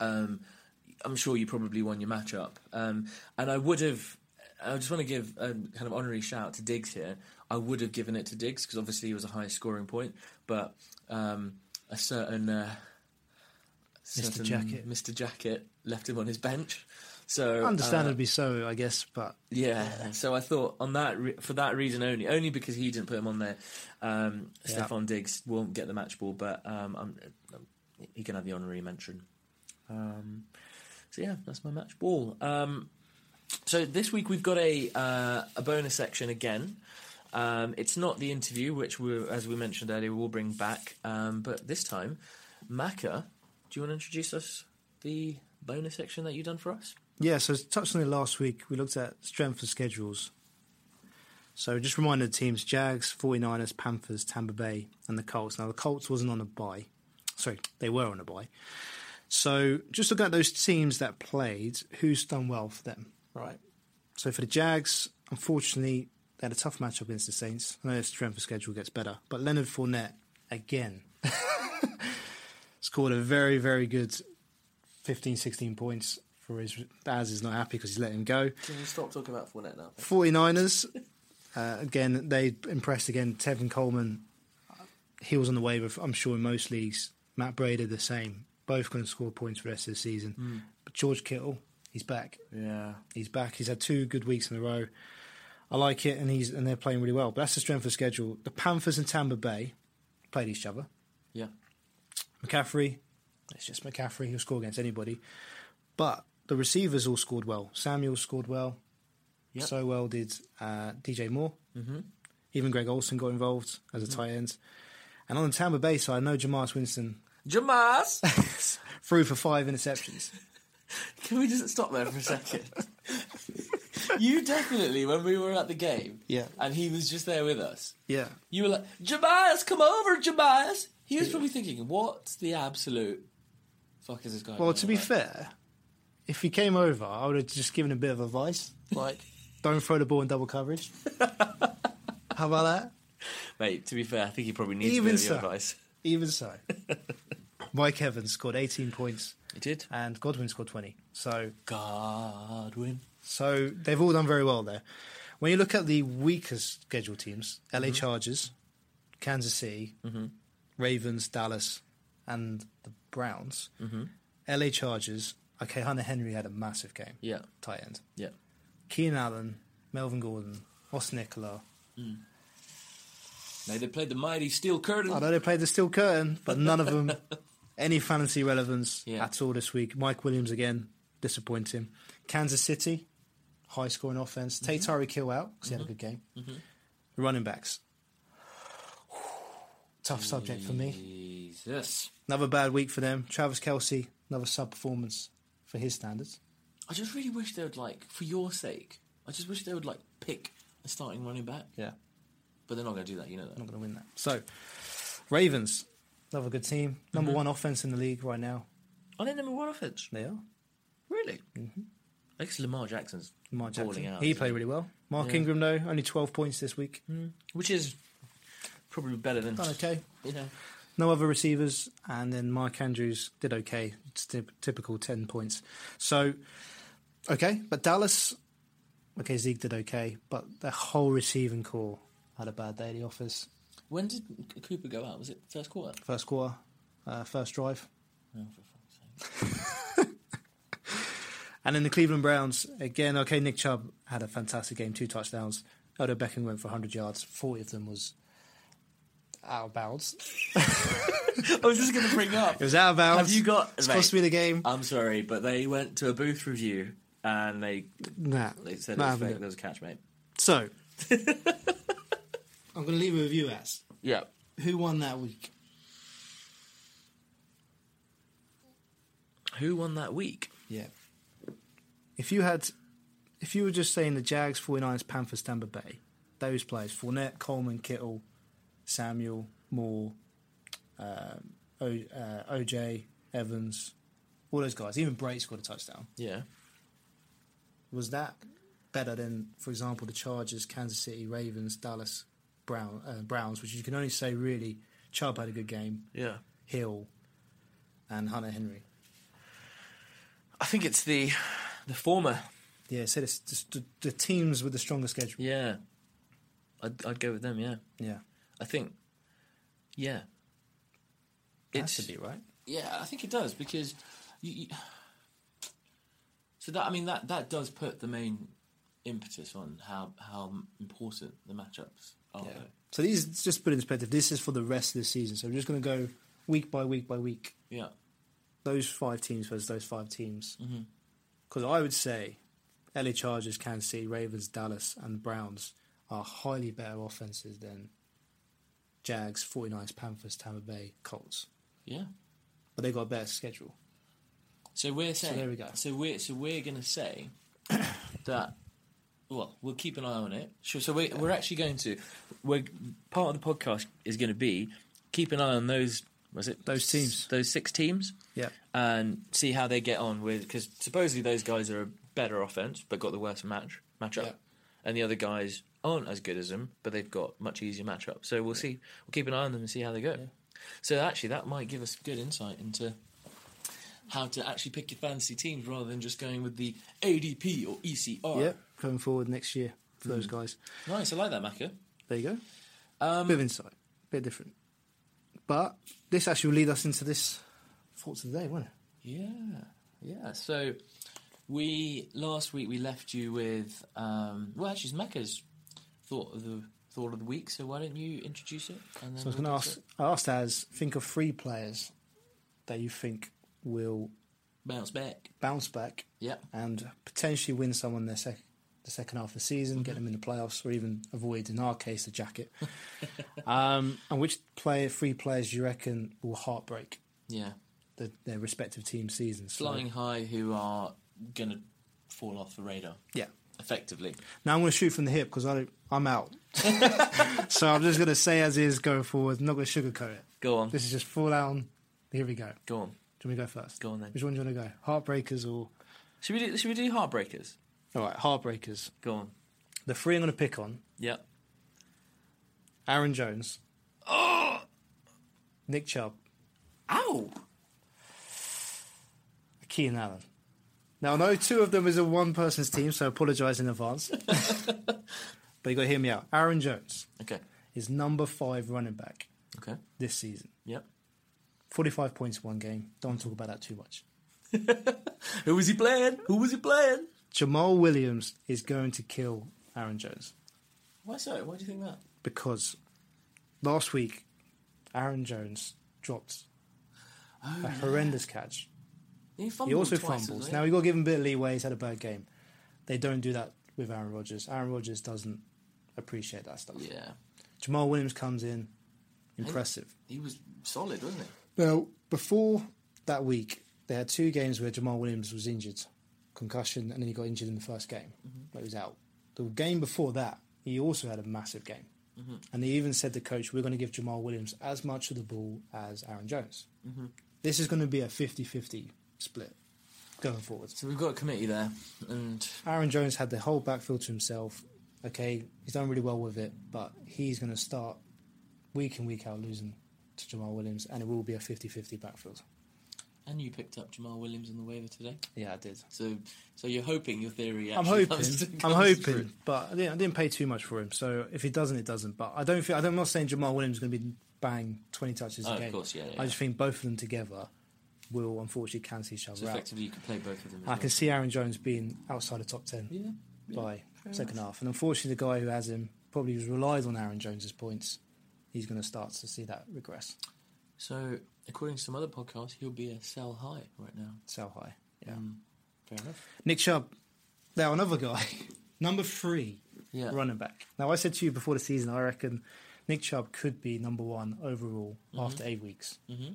Um, I'm sure you probably won your matchup. Um, and I would have, I just want to give a kind of honorary shout out to Diggs here. I would have given it to Diggs because obviously he was a high scoring point, but um, a certain. Uh, certain Jacket. Mr. Jacket left him on his bench. So uh, Understandably so, I guess, but yeah, so I thought on that re- for that reason only, only because he didn't put him on there. Um, Yeah. Stefan Diggs won't get the match ball, but um, I'm, i he can have the honorary mention. Um, so yeah, that's my match ball. Um, so this week we've got a uh, a bonus section again. Um, it's not the interview, which we, as we mentioned earlier, we'll bring back. Um, but this time, Maka, do you want to introduce us the bonus section that you've done for us? Yeah, so as touched on it last week. We looked at strength of schedules. So just reminder the teams Jags, 49ers, Panthers, Tampa Bay, and the Colts. Now, the Colts wasn't on a bye. Sorry, they were on a bye. So just look at those teams that played, who's done well for them, right? So for the Jags, unfortunately, they had a tough matchup against the Saints. I know their strength of schedule gets better, but Leonard Fournette, again, <laughs> scored a very, very good 15, 16 points for his. Baz is not happy because he's let him go. Can you stop talking about Fournette now? 49ers, uh, again, they impressed again. Tevin Coleman, he was on the waiver, I'm sure, in most leagues. Matt Brader, the same. Both going to score points for the rest of the season. But George Kittle, he's back. Yeah. He's back. He's had two good weeks in a row. I like it, and he's and they're playing really well. But that's the strength of schedule. The Panthers and Tampa Bay played each other. Yeah. McCaffrey, it's just McCaffrey. He'll score against anybody. But the receivers all scored well. Samuel scored well. Yep. So well did uh, DJ Moore. Mm-hmm. Even Greg Olson got involved as a tight end. And on the Tampa Bay side, no Jamarcus Winston <laughs> Jamas! threw for five interceptions. Can we just stop there for a <laughs> second? you definitely, when we were at the game, Yeah. and he was just there with us, <laughs> yeah. you were like, Jamas, come over, Jamas! He was probably thinking, what the absolute fuck is this guy? Well, doing to be about? fair, if he came over, I would have just given a bit of advice, like don't throw the ball in double coverage. <laughs> How about that? <laughs> Mate, to be fair, I think he probably needs Even a bit of your so. advice. Even so, Mike Evans scored 18 points He did. and Godwin scored 20. So, Godwin. so they've all done very well there. When you look at the weakest scheduled teams, LA Chargers, Kansas City, Ravens, Dallas, and the Browns, LA Chargers. Okay, Hunter Henry had a massive game. Yeah. tight end. Yeah. Keenan Allen, Melvin Gordon, Austin Nicola. No, they played the mighty Steel Curtain. I know they played the steel curtain, but none of them any fantasy relevance Yeah. at all this week. Mike Williams again, disappointing. Kansas City, high scoring offense. Tay Tyree Kill out because he had a good game. The running backs, <sighs> tough subject for me. Jesus. Another bad week for them. Travis Kelsey, another sub performance for his standards. I just really wish they would like, for your sake, I just wish they would like pick a starting running back. Yeah, But they're not going to do that, you know that. not going to win that. So, Ravens, another good team, number one offense in the league right now. Are they number one offense? They are. Really? Mm-hmm. I guess Lamar Jackson's Mark balling Jackson. out. He played really well. Mark Ingram, though, only 12 points this week. which is probably better than Done okay. you know. No other receivers. And then Mark Andrews did okay. It's typ- typical 10 points. So, okay. But Dallas, okay, Zeke did okay. But the whole receiving core had a bad day at the office. When did C- Cooper go out? Was it first quarter? First quarter, uh, first drive. No, for fuck's sake. <laughs> And then the Cleveland Browns, again, okay, Nick Chubb had a fantastic game, two touchdowns. Odo Beckham went for 100 yards. 40 of them was out of bounds. <laughs> I was just going to bring up. <laughs> It was out of bounds. Have you got? It's mate, cost me the game. I'm sorry, but they went to a booth review and they Nah, they said it not was having fake. it. There was a catch, mate. <laughs> So, I'm going to leave a review as Yeah. who won that week. Who won that week? Yeah. If you had, if you were just saying the Jags, 49ers, Panthers, Tampa Bay, those players: Fournette, Coleman, Kittle, Samuel, Moore, um, o, uh, OJ, Evans, all those guys. Even Bray scored a touchdown. Yeah. Was that better than, for example, the Chargers, Kansas City, Ravens, Dallas, Brown, uh, Browns, which you can only say really Chubb had a good game. Yeah. Hill, and Hunter Henry. I think it's the the former. Yeah, so it's just the, the teams with the stronger schedule. Yeah, I'd, I'd go with them. Yeah, Yeah, I think. Yeah, it It's- has to be right. Yeah, I think it does because you, you, so that I mean that that does put the main impetus on how how important the matchups are. Yeah. though. So these just put in perspective. This is for the rest of the season. So we're just going to go week by week by week. Yeah. Those five teams versus those five teams. Because I would say, LA Chargers, Kansas City, Ravens, Dallas, and Browns are highly better offenses than Jags, 49ers, Panthers, Tampa Bay, Colts. Yeah. But they got a better schedule. So we're saying. there we go. So we're so we're gonna say <coughs> that. Well, we'll keep an eye on it. Sure. So we, we're actually going to. We're part of the podcast is going to be keep an eye on those. Was it Those teams. Those six teams. Yeah. and see how they get on with because supposedly those guys are a better offense but got the worst match matchup, Yeah. and the other guys aren't as good as them but they've got much easier matchup. So we'll see. We'll keep an eye on them and see how they go. So actually, that might give us good insight into how to actually pick your fantasy teams rather than just going with the ADP or E ECR. Yep. Going forward next year for those guys. Nice, I like that, Maka. There you go. bit of insight, bit different. But this actually will lead us into this thoughts of the day, won't it? Yeah, yeah. So we last week we left you with um, well, actually, it's Mecca's thought of the thought of the week. So why don't you introduce it? And then So I was we'll going to get ask. it. I asked as think of three players that you think will bounce back. bounce back Yeah, and potentially win someone their sec- the second half of the season, get them in the playoffs, or even avoid, in our case, the <laughs> jacket. um, and which player, three players, do you reckon will heartbreak yeah. the, their respective team seasons? So- Flying high, who are going to fall off the radar yeah. effectively? Now I'm going to shoot from the hip because I don't, I'm out. <laughs> so I'm just going to say as is going forward. I'm not going to sugarcoat it. Go on, This is just full on. Here we go. go on. Do you want me to go first? Go on then. Which one do you want to go? Heartbreakers or Should we do? Should we do heartbreakers? all right? Heartbreakers. Go on. The three I'm going to pick on: Yeah. Aaron Jones, <gasps> Nick Chubb, Ow! Keenan Allen. Now I know two of them is a one person's team, so I apologise in advance. but you got to hear me out. Aaron Jones Okay. is number five running back Okay. this season. Yep. 45 points one game. Don't talk about that too much. Who was he playing? Who was he playing? Jamal Williams is going to kill Aaron Jones Why so? Why do you think that? because last week Aaron Jones dropped Oh, a horrendous catch. He, He also fumbled twice, fumbles. hasn't he? Now we've got to give him a bit of leeway. He's had a bad game. They don't do that with Aaron Rodgers. Aaron Rodgers doesn't appreciate that stuff. Yeah. Jamal Williams comes in, impressive. He was solid, wasn't he? Now before that week, they had two games where Jamal Williams was injured, concussion, and then he got injured in the first game. Like, He was out. The game before that, he also had a massive game. And they even said to coach, we're going to give Jamal Williams as much of the ball as Aaron Jones. This is going to be a 50 50 split going forward. So we've got a committee there, and Aaron Jones had the whole backfield to himself. Okay, he's done really well with it, but he's going to start week in, week out losing to Jamal Williams, and it will be a 50 50 backfield. and you picked up Jamal Williams on the waiver today. Yeah, I did. So, so you're hoping your theory. <laughs> I'm Actually hoping. comes to- I'm comes hoping, through. but I didn't, I didn't pay too much for him. So if he doesn't, it doesn't. But I don't feel. I'm not saying Jamal Williams is going to be bang 20 touches Oh, a of game. course, yeah, yeah, I just think both of them together will unfortunately cancel each other So out. effectively, you could play both of them. as I well. can see Aaron Jones being outside the top 10 Yeah, yeah, by second half. And unfortunately, the guy who has him probably has relied on Aaron Jones's points. He's going to start to see that regress. So, according to some other podcasts, he'll be a sell high right now. So high. Yeah. Fair enough. Nick Chubb. Now, another guy. <laughs> number three Yeah. running back. Now, I said to you before the season, I reckon Nick Chubb could be number one overall after eight weeks. Mm-hmm.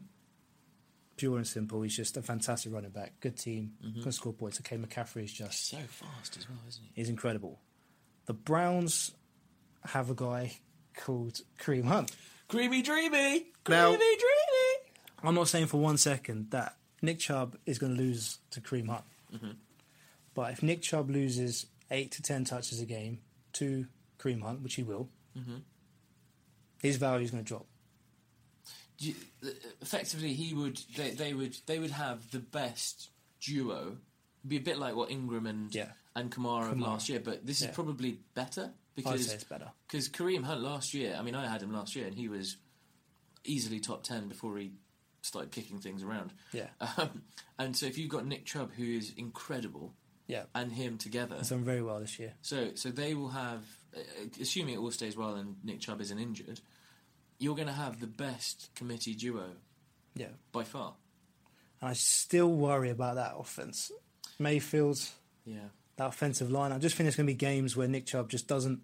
Pure and simple. He's just a fantastic running back. Good team. Can score points. Okay, McCaffrey is just So fast as well, isn't he? is incredible. The Browns have a guy called Kareem Hunt. Creamy, dreamy, creamy, Now- dreamy. I'm not saying for one second that Nick Chubb is going to lose to Kareem Hunt. But if Nick Chubb loses eight to ten touches a game to Kareem Hunt, which he will, his value is going to drop. Do you- uh, Effectively, he would. They, they would. They would have the best duo be a bit like what Ingram and Yeah. and Kamara, of Kamara. last year, but this Yeah. is probably better because say it's better. because Kareem Hunt last year. I mean, I had him last year, and he was easily top ten before he started kicking things around. Yeah. <laughs> Um, and so if you've got Nick Chubb, who is incredible, Yeah, and him together, it's done very well this year. so, so they will have, uh, assuming it all stays well and Nick Chubb isn't injured, you're going to have the best committee duo Yeah, by far. and I still worry about that offense. Mayfield's Yeah, that offensive line. I just think there's going to be games where Nick Chubb just doesn't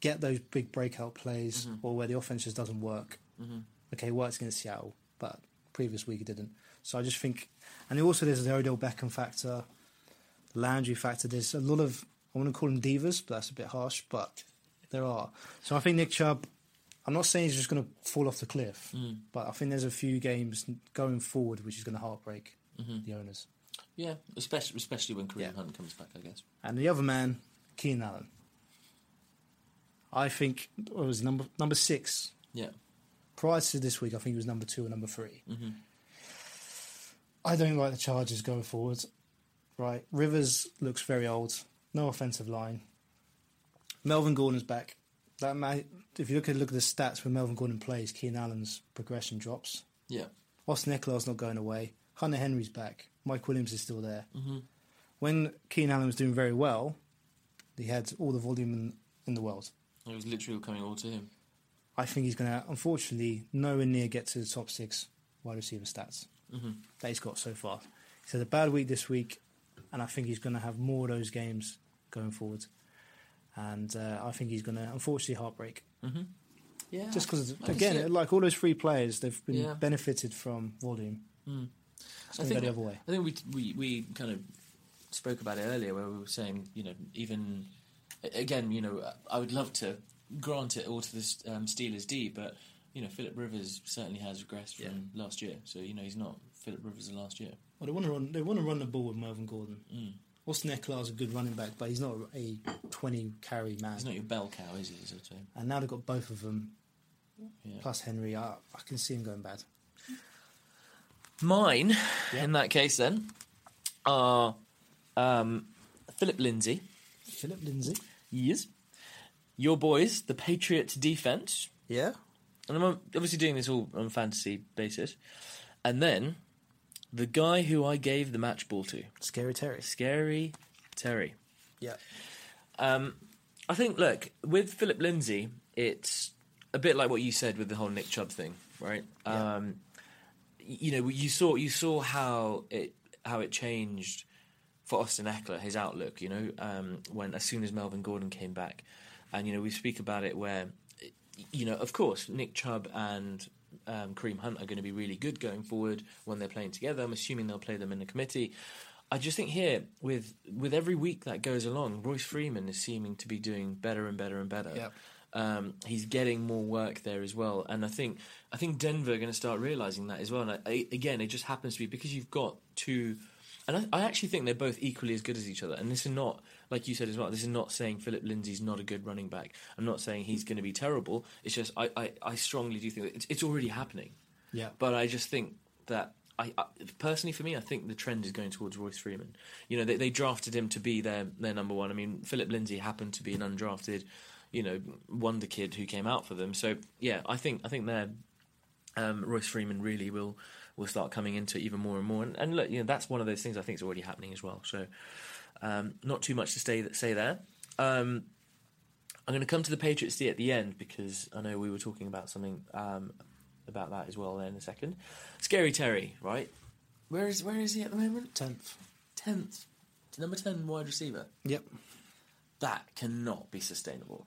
get those big breakout plays, or where the offense just doesn't work. Mm-hmm. Okay, it works against Seattle, but previous week it didn't. So I just think, and also there's the Odell Beckham factor, the Landry factor. There's a lot of I want to call them divas, but that's a bit harsh, but there are. So I think Nick Chubb. I'm not saying he's just going to fall off the cliff, but I think there's a few games going forward which is going to heartbreak the owners. yeah, especially especially when Kareem Yeah. Hunt comes back, I guess. And the other man, Keenan Allen. I think it was number number six. Yeah, Prior to this week, I think he was number two or number 3 I don't like the Chargers going forward. Right, Rivers looks very old. No offensive line. Melvin Gordon's back. That man, if you look at look at the stats when Melvin Gordon plays, Keenan Allen's progression drops. yeah, Austin Eckler's not going away. Hunter Henry's back. Mike Williams is still there. When Keenan Allen was doing very well, he had all the volume in, in the world. it was literally all coming all to him. I think he's going to, unfortunately, nowhere near get to the top six wide receiver stats that he's got so far. He's had a bad week this week, and I think he's going to have more of those games going forward. And uh, I think he's going to, unfortunately, heartbreak. Yeah, Just because, I can again, see it. like all those free players, they've been Yeah. benefited from volume. It's I going to go think the other way. I think we we we kind of spoke about it earlier, where we were saying, you know, even a- again, you know, I would love to grant it all to the um, Steelers D, but you know, Philip Rivers certainly has regressed from last year. So you know, he's not Philip Rivers of last year. Well, they want to run. They want to run the ball with Melvin Gordon. Mm. Austin Eckler's a good running back, but he's not a twenty carry man. He's not your bell cow, is he? Sort of thing. And now they've got both of them, Yeah. plus Henry. I, I can see him going bad. Mine, in that case, then are um, Philip Lindsay. Philip Lindsay. Yes. Your boys, the Patriots defense, Yeah. and I'm obviously doing this all on fantasy basis. And then the guy who I gave the match ball to, Scary Terry. Scary Terry. Yeah. Um, I think, look, with Philip Lindsay, it's a bit like what you said with the whole Nick Chubb thing, right? Um, y- you know, you saw you saw how it how it changed for Austin Eckler his outlook. You know, um, when as soon as Melvin Gordon came back, and you know we speak about it where, y- you know, of course Nick Chubb and um, Kareem Hunt are going to be really good going forward when they're playing together. I'm assuming they'll play them in the committee. I just think here with with every week that goes along, Royce Freeman is seeming to be doing better and better and better. Yep. Um, he's getting more work there as well, and I think I think Denver are going to start realizing that as well. And I, I, again, it just happens to be because you've got two, and I, I actually think they're both equally as good as each other. And this is not like you said as well. This is not saying Philip Lindsay's not a good running back. I'm not saying he's going to be terrible. It's just I, I, I strongly do think that it's, it's already happening. Yeah. But I just think that I, I personally, for me, I think the trend is going towards Royce Freeman. You know, they, they drafted him to be their their number one. I mean, Philip Lindsay happened to be an undrafted, you know, wonder kid who came out for them. So yeah, I think I think they're um, Royce Freeman really will will start coming into it even more and more. And, and look, you know, that's one of those things I think is already happening as well. So um, not too much to stay, say there. Um, I'm going to come to the Patriots D at the end because I know we were talking about something um, about that as well there in a second. Scary Terry, right? Where is where is he at the moment? Tenth. Tenth, number ten wide receiver. Yep. That cannot be sustainable.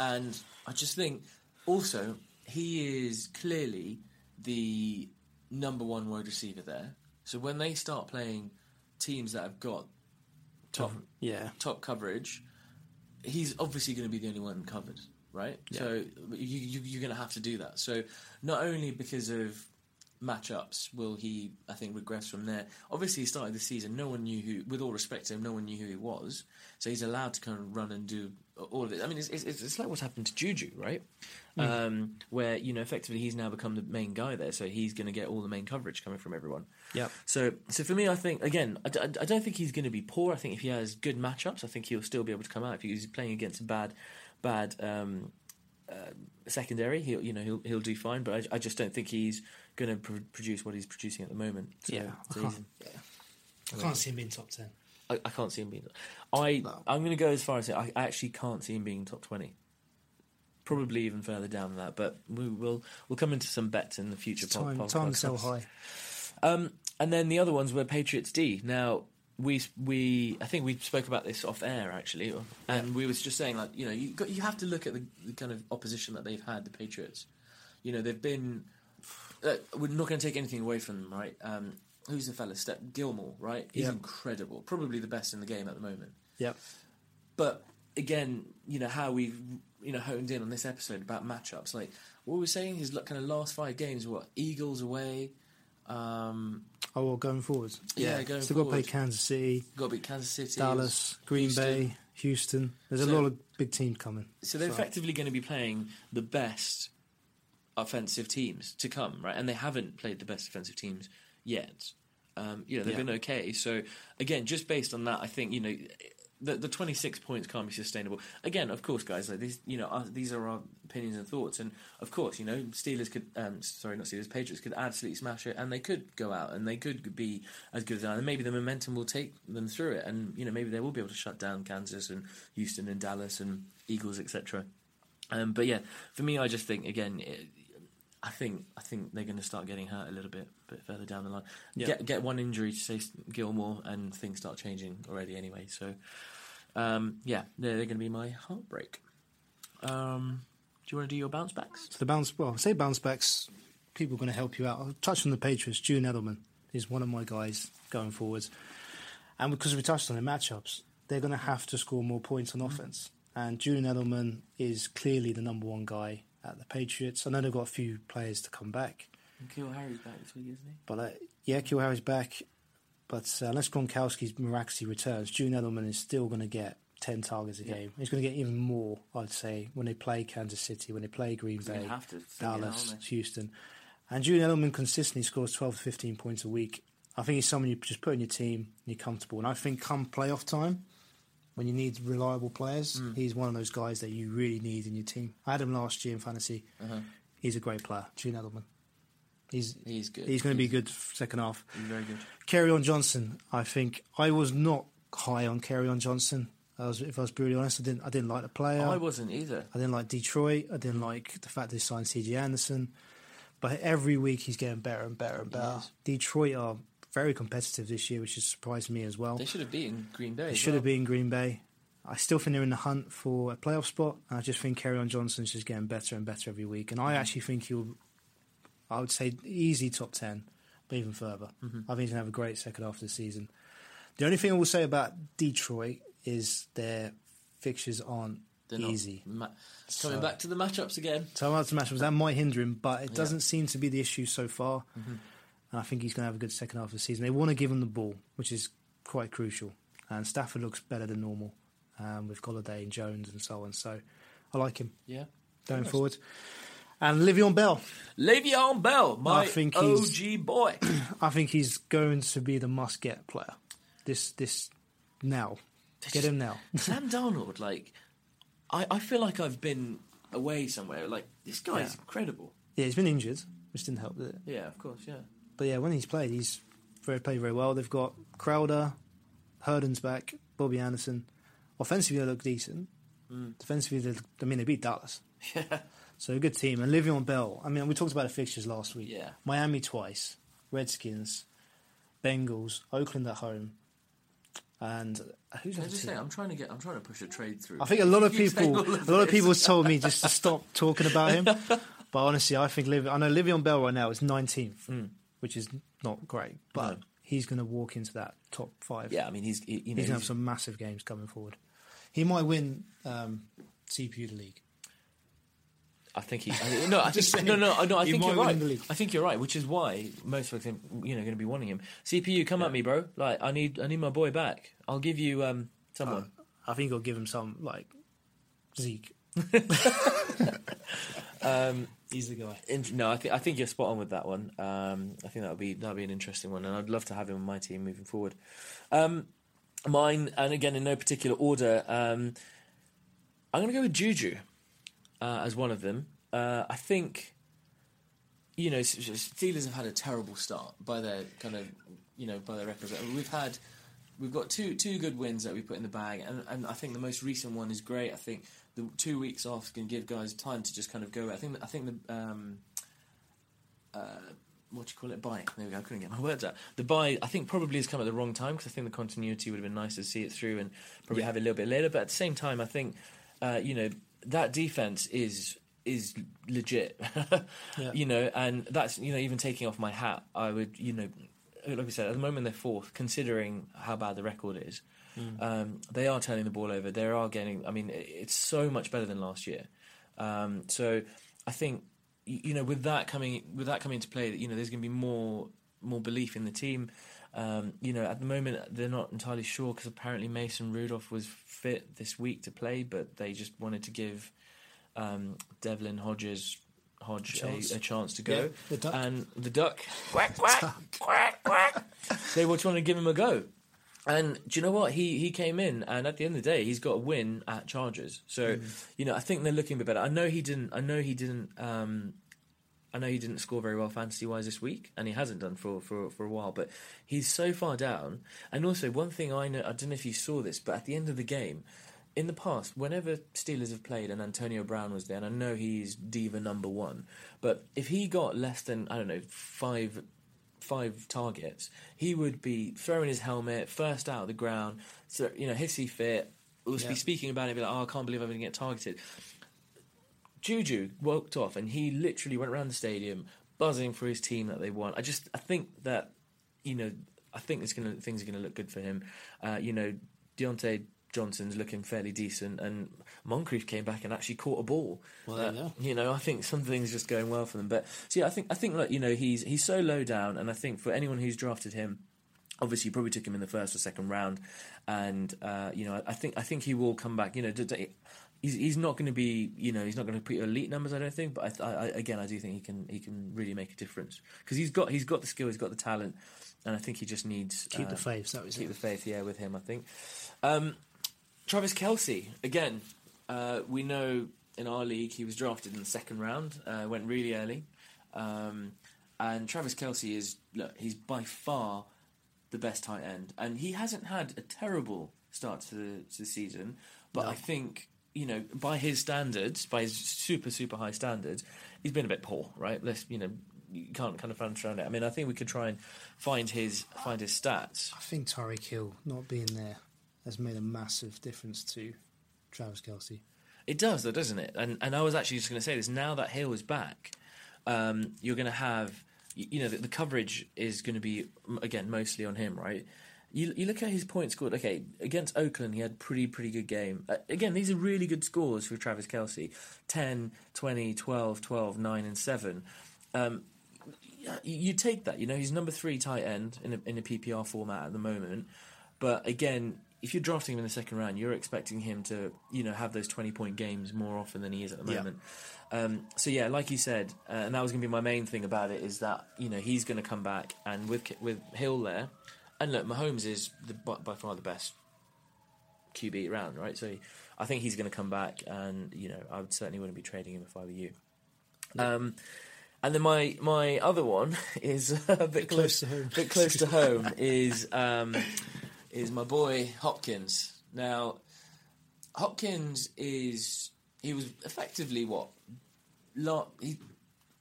And I just think also he is clearly the number one wide receiver there. So when they start playing teams that have got top Yeah. top coverage, he's obviously going to be the only one covered, right? So you, you, you're going to have to do that. So not only because of matchups will he, I think, regress from there? Obviously, he started the season. No one knew who, with all respect to him, no one knew who he was. So he's allowed to kind of run and do all of it. I mean, it's, it's, it's like what's happened to Juju, right? Hmm. Um, where, you know, effectively he's now become the main guy there. So he's going to get all the main coverage coming from everyone. Yep. So, so for me, I think, again, I, d- I d- I don't think he's going to be poor. I think if he has good matchups, I think he'll still be able to come out. If he's playing against a bad, bad, um, secondary, he'll you know he'll he'll do fine. But I, I just don't think he's going to pr- produce what he's producing at the moment. So, Yeah. so he's- I can't see him being top ten. I, I can't see him being. I I'm going to go as far as say, I actually can't see him being top twenty. Probably even further down than that, but we will we'll come into some bets in the future. pod- Time, pod- time so podcasts. high. Um, and then the other ones were Patriots D. Now we we I think we spoke about this off air actually, and we was just saying like you know you got, you have to look at the, the kind of opposition that they've had the Patriots. You know they've been uh, we're not going to take anything away from them, right? Um, who's the fella? Step Gilmore, right? He's Yeah. incredible, probably the best in the game at the moment. Yep. But again, you know how we've you know honed in on this episode about matchups. Like what we were saying, his like, kind of last five games, were what Eagles away. Um, Oh, well, going forwards. Yeah, going Still got to play forward. Kansas City, got to beat Kansas City, Dallas, Green Houston. Bay, Houston. There's a So- lot of big teams coming. So they're effectively going to be playing the best offensive teams to come, right? And they haven't played the best offensive teams yet. Um, you know, they've Yeah. been okay. So again, just based on that, I think you know. The, the 26 points can't be sustainable. Again, of course, guys, like these, you know, uh, these are our opinions and thoughts. And of course, you know, Steelers could, um, sorry, not Steelers, Patriots could absolutely smash it, and they could go out and they could be as good as that. And maybe the momentum will take them through it, and you know, maybe they will be able to shut down Kansas and Houston and Dallas and Eagles, etc. Um, but yeah, for me, I just think again, it, I think I think they're going to start getting hurt a little bit, bit further down the line. Get get one injury to say Gilmore, and things start changing already. Anyway, so um, yeah, they're, they're going to be my heartbreak. Um, do you want to do your bounce backs? So the bounce, well, I say bounce backs, people are going to help you out. I'll touch on the Patriots. June Edelman is one of my guys going forwards. And because we touched on the matchups, they're going to have to score more points on offense. And Julian Edelman is clearly the number one guy at the Patriots. I know they've got a few players to come back, Kill Harry's back this week, isn't he? but uh, yeah, Kill Harry's back. But uh, unless Gronkowski's miraculously returns, Julian Edelman is still going to get 10 targets a game. He's going to get even more, I'd say, when they play Kansas City, when they play Green gonna Bay, have to fit it in, Dallas, aren't they? Houston. And Julian Edelman consistently scores 12 to 15 points a week. I think he's someone you just put in your team and you're comfortable. And I think come playoff time, when you need reliable players, Hmm. he's one of those guys that you really need in your team. I had him last year in fantasy. Uh-huh. He's a great player, Julian Edelman. He's, He's good. He's going to be good f- second half. He's very good. Carry on Johnson, I think I was not high on Carry on Johnson. I was, if I was brutally honest, I didn't. I didn't like the player. I wasn't either. I didn't like Detroit. I didn't like the fact they signed CJ Anderson. But every week he's getting better and better and better. Detroit are very competitive this year, which has surprised me as well. They should have beaten Green Bay. They as should have well. been Green Bay. I still think they're in the hunt for a playoff spot. And I just think Carry on Johnson's just getting better and better every week. Mm-hmm. And I actually think he'll, I would say, easy top 10, but even further. Mm-hmm. I think he's going to have a great second half of the season. The only thing I will say about Detroit is their fixtures aren't They're not easy. ma- coming back to the matchups again. So I'm out to matchups. That might hinder him, but it doesn't seem to be the issue so far. And I think he's going to have a good second half of the season. They want to give him the ball, which is quite crucial. And Stafford looks better than normal um, with Golladay and Jones and so on. So I like him Yeah. going forward. And Livion Bell, Le'Veon Bell, my think OG he's- boy. <clears throat> I think he's going to be the must-get player. This this now, get him now. Sam Darnold, like, I, I feel like I've been away somewhere. Like, this guy's incredible. yeah, he's been injured, which didn't help. Did it? Yeah, of course, yeah. But yeah, when he's played, he's very played very well. They've got Crowder, Herden's back, Bobby Anderson. Offensively, they look decent. Mm. Defensively, they, I mean, they beat Dallas. Yeah. <laughs> So a good team. And Livion Bell. I mean, we talked about the fixtures last week. Yeah. Miami twice, Redskins, Bengals, Oakland at home, and who's Can I that just team? say, I'm trying to get, I'm trying to push a trade through. I think a lot of <laughs> You say people, all a of lot of this. people told me just to stop talking about <laughs> him. But honestly, I think Liv, I know Livion Bell right now is 19th, Hmm. which is not great, but he's going to walk into that top five. Yeah, I mean, he's, he, he's you know, going to have he's- some massive games coming forward. He might win um, CPU the league. I think he. I <laughs> think- no, I think, no, no, no. I He think might you're win right. the league. I think you're right, which is why most folks, think, you know, going to be wanting him. CPU, come at me, bro. Like, I need, I need my boy back. I'll give you um someone. I think I'll give him some like <laughs> Zeke. <laughs> Um, He's the guy. In- no, I think I think you're spot on with that one. Um, I think that would be that would be an interesting one, and I'd love to have him on my team moving forward. Um, mine, and again in no particular order. Um, I'm going to go with Juju uh, as one of them. Uh, I think you know, S- S- Steelers have had a terrible start by their kind of, you know, by their records. I mean, We've had, we've got two two good wins that we put in the bag, and, and I think the most recent one is great. I think the two weeks off can give guys time to just kind of go. I think I think the um, what do you call it? Buy. There we go. I couldn't get my words out. The buy, I think, probably has come at the wrong time because I think the continuity would have been nice to see it through and probably have it a little bit later. But at the same time, I think, uh, you know, that defense is is legit. <laughs> You know, and that's you know even taking off my hat, I would you know, like we said, at the moment they're fourth, considering how bad the record is. Um, they are turning the ball over. They are getting. I mean, it- it's so much better than last year. Um, so I think y- you know with that coming with that coming into play, you know there's going to be more more belief in the team. Um, you know at the moment they're not entirely sure because apparently Mason Rudolph was fit this week to play, but they just wanted to give um, Devlin Hodges Hodge a, a chance to go. Yeah, the duck. And the duck. Quack quack quack quack. They were trying to give him a go. And do you know what? He he came in, and at the end of the day, he's got a win at Chargers. So you know, I think they're looking a bit better. I know he didn't. I know he didn't. Um, I know he didn't score very well fantasy wise this week, and he hasn't done for, for for a while. But he's so far down. And also, one thing I know, I don't know if you saw this, but at the end of the game, in the past, whenever Steelers have played and Antonio Brown was there, and I know he's diva number one, but if he got less than I don't know five five targets, he would be throwing his helmet first out of the ground. So you know, hissy fit. We'll be speaking about it, be like, "Oh, I can't believe I'm going to get targeted." Juju walked off, and he literally went around the stadium buzzing for his team that they won. I just, I think that, you know, I think it's gonna things are gonna look good for him. Uh, you know, Deontay Johnson's looking fairly decent, and Moncrief came back and actually caught a ball. Well, there you go. you know, I think something's just going well for them. But see, I think I think like you know he's he's so low down, and I think for anyone who's drafted him, obviously you probably took him in the first or second round, and uh, you know I, I think I think he will come back. You know, d- d- he's he's not going to be you know he's not going to put you elite numbers, I don't think. But I, I, I again I do think he can he can really make a difference because he's got he's got the skill, he's got the talent, and I think he just needs Keep the faith faith. That was um, keep it. the faith, yeah, with him, I think. Um, Travis Kelsey, again, uh, we know in our league he was drafted in the second round, uh, went really early. Um, and Travis Kelsey is, look, he's by far the best tight end. And he hasn't had a terrible start to the, to the season, but I think. You know, by his standards, by his super super high standards, he's been a bit poor, right? Let's you know, you can't kind of fans around it. I mean, I think we could try and find his find his stats. I think Tyreek Hill not being there has made a massive difference to Travis Kelsey. It does, though, doesn't it? And and I was actually just going to say this. Now that Hill is back, um, you're going to have, y- you know, the, the coverage is going to be m- again mostly on him, right? You, you look at his points scored. Okay, against Oakland, he had a pretty pretty good game. Uh, again, these are really good scores for Travis Kelsey: 10, 20, 12, 12, 9, and seven. Um, y- you take that. You know, he's number three tight end in a, in a PPR format at the moment. But again, if you're drafting him in the second round, you're expecting him to, you know, have those 20 point games more often than he is at the moment. Um, so yeah, like you said, uh, and that was going to be my main thing about it is that you know he's going to come back and with K- with Hill there, and look, Mahomes is the, by, by far the best QB around, right? So I think he's going to come back, and you know, I would certainly wouldn't be trading him if I were you. Um, and then my my other one <laughs> is uh, a bit, close close, to home. Bit close to home is um, is my boy Hopkins. Now, Hopkins is he was effectively what la- he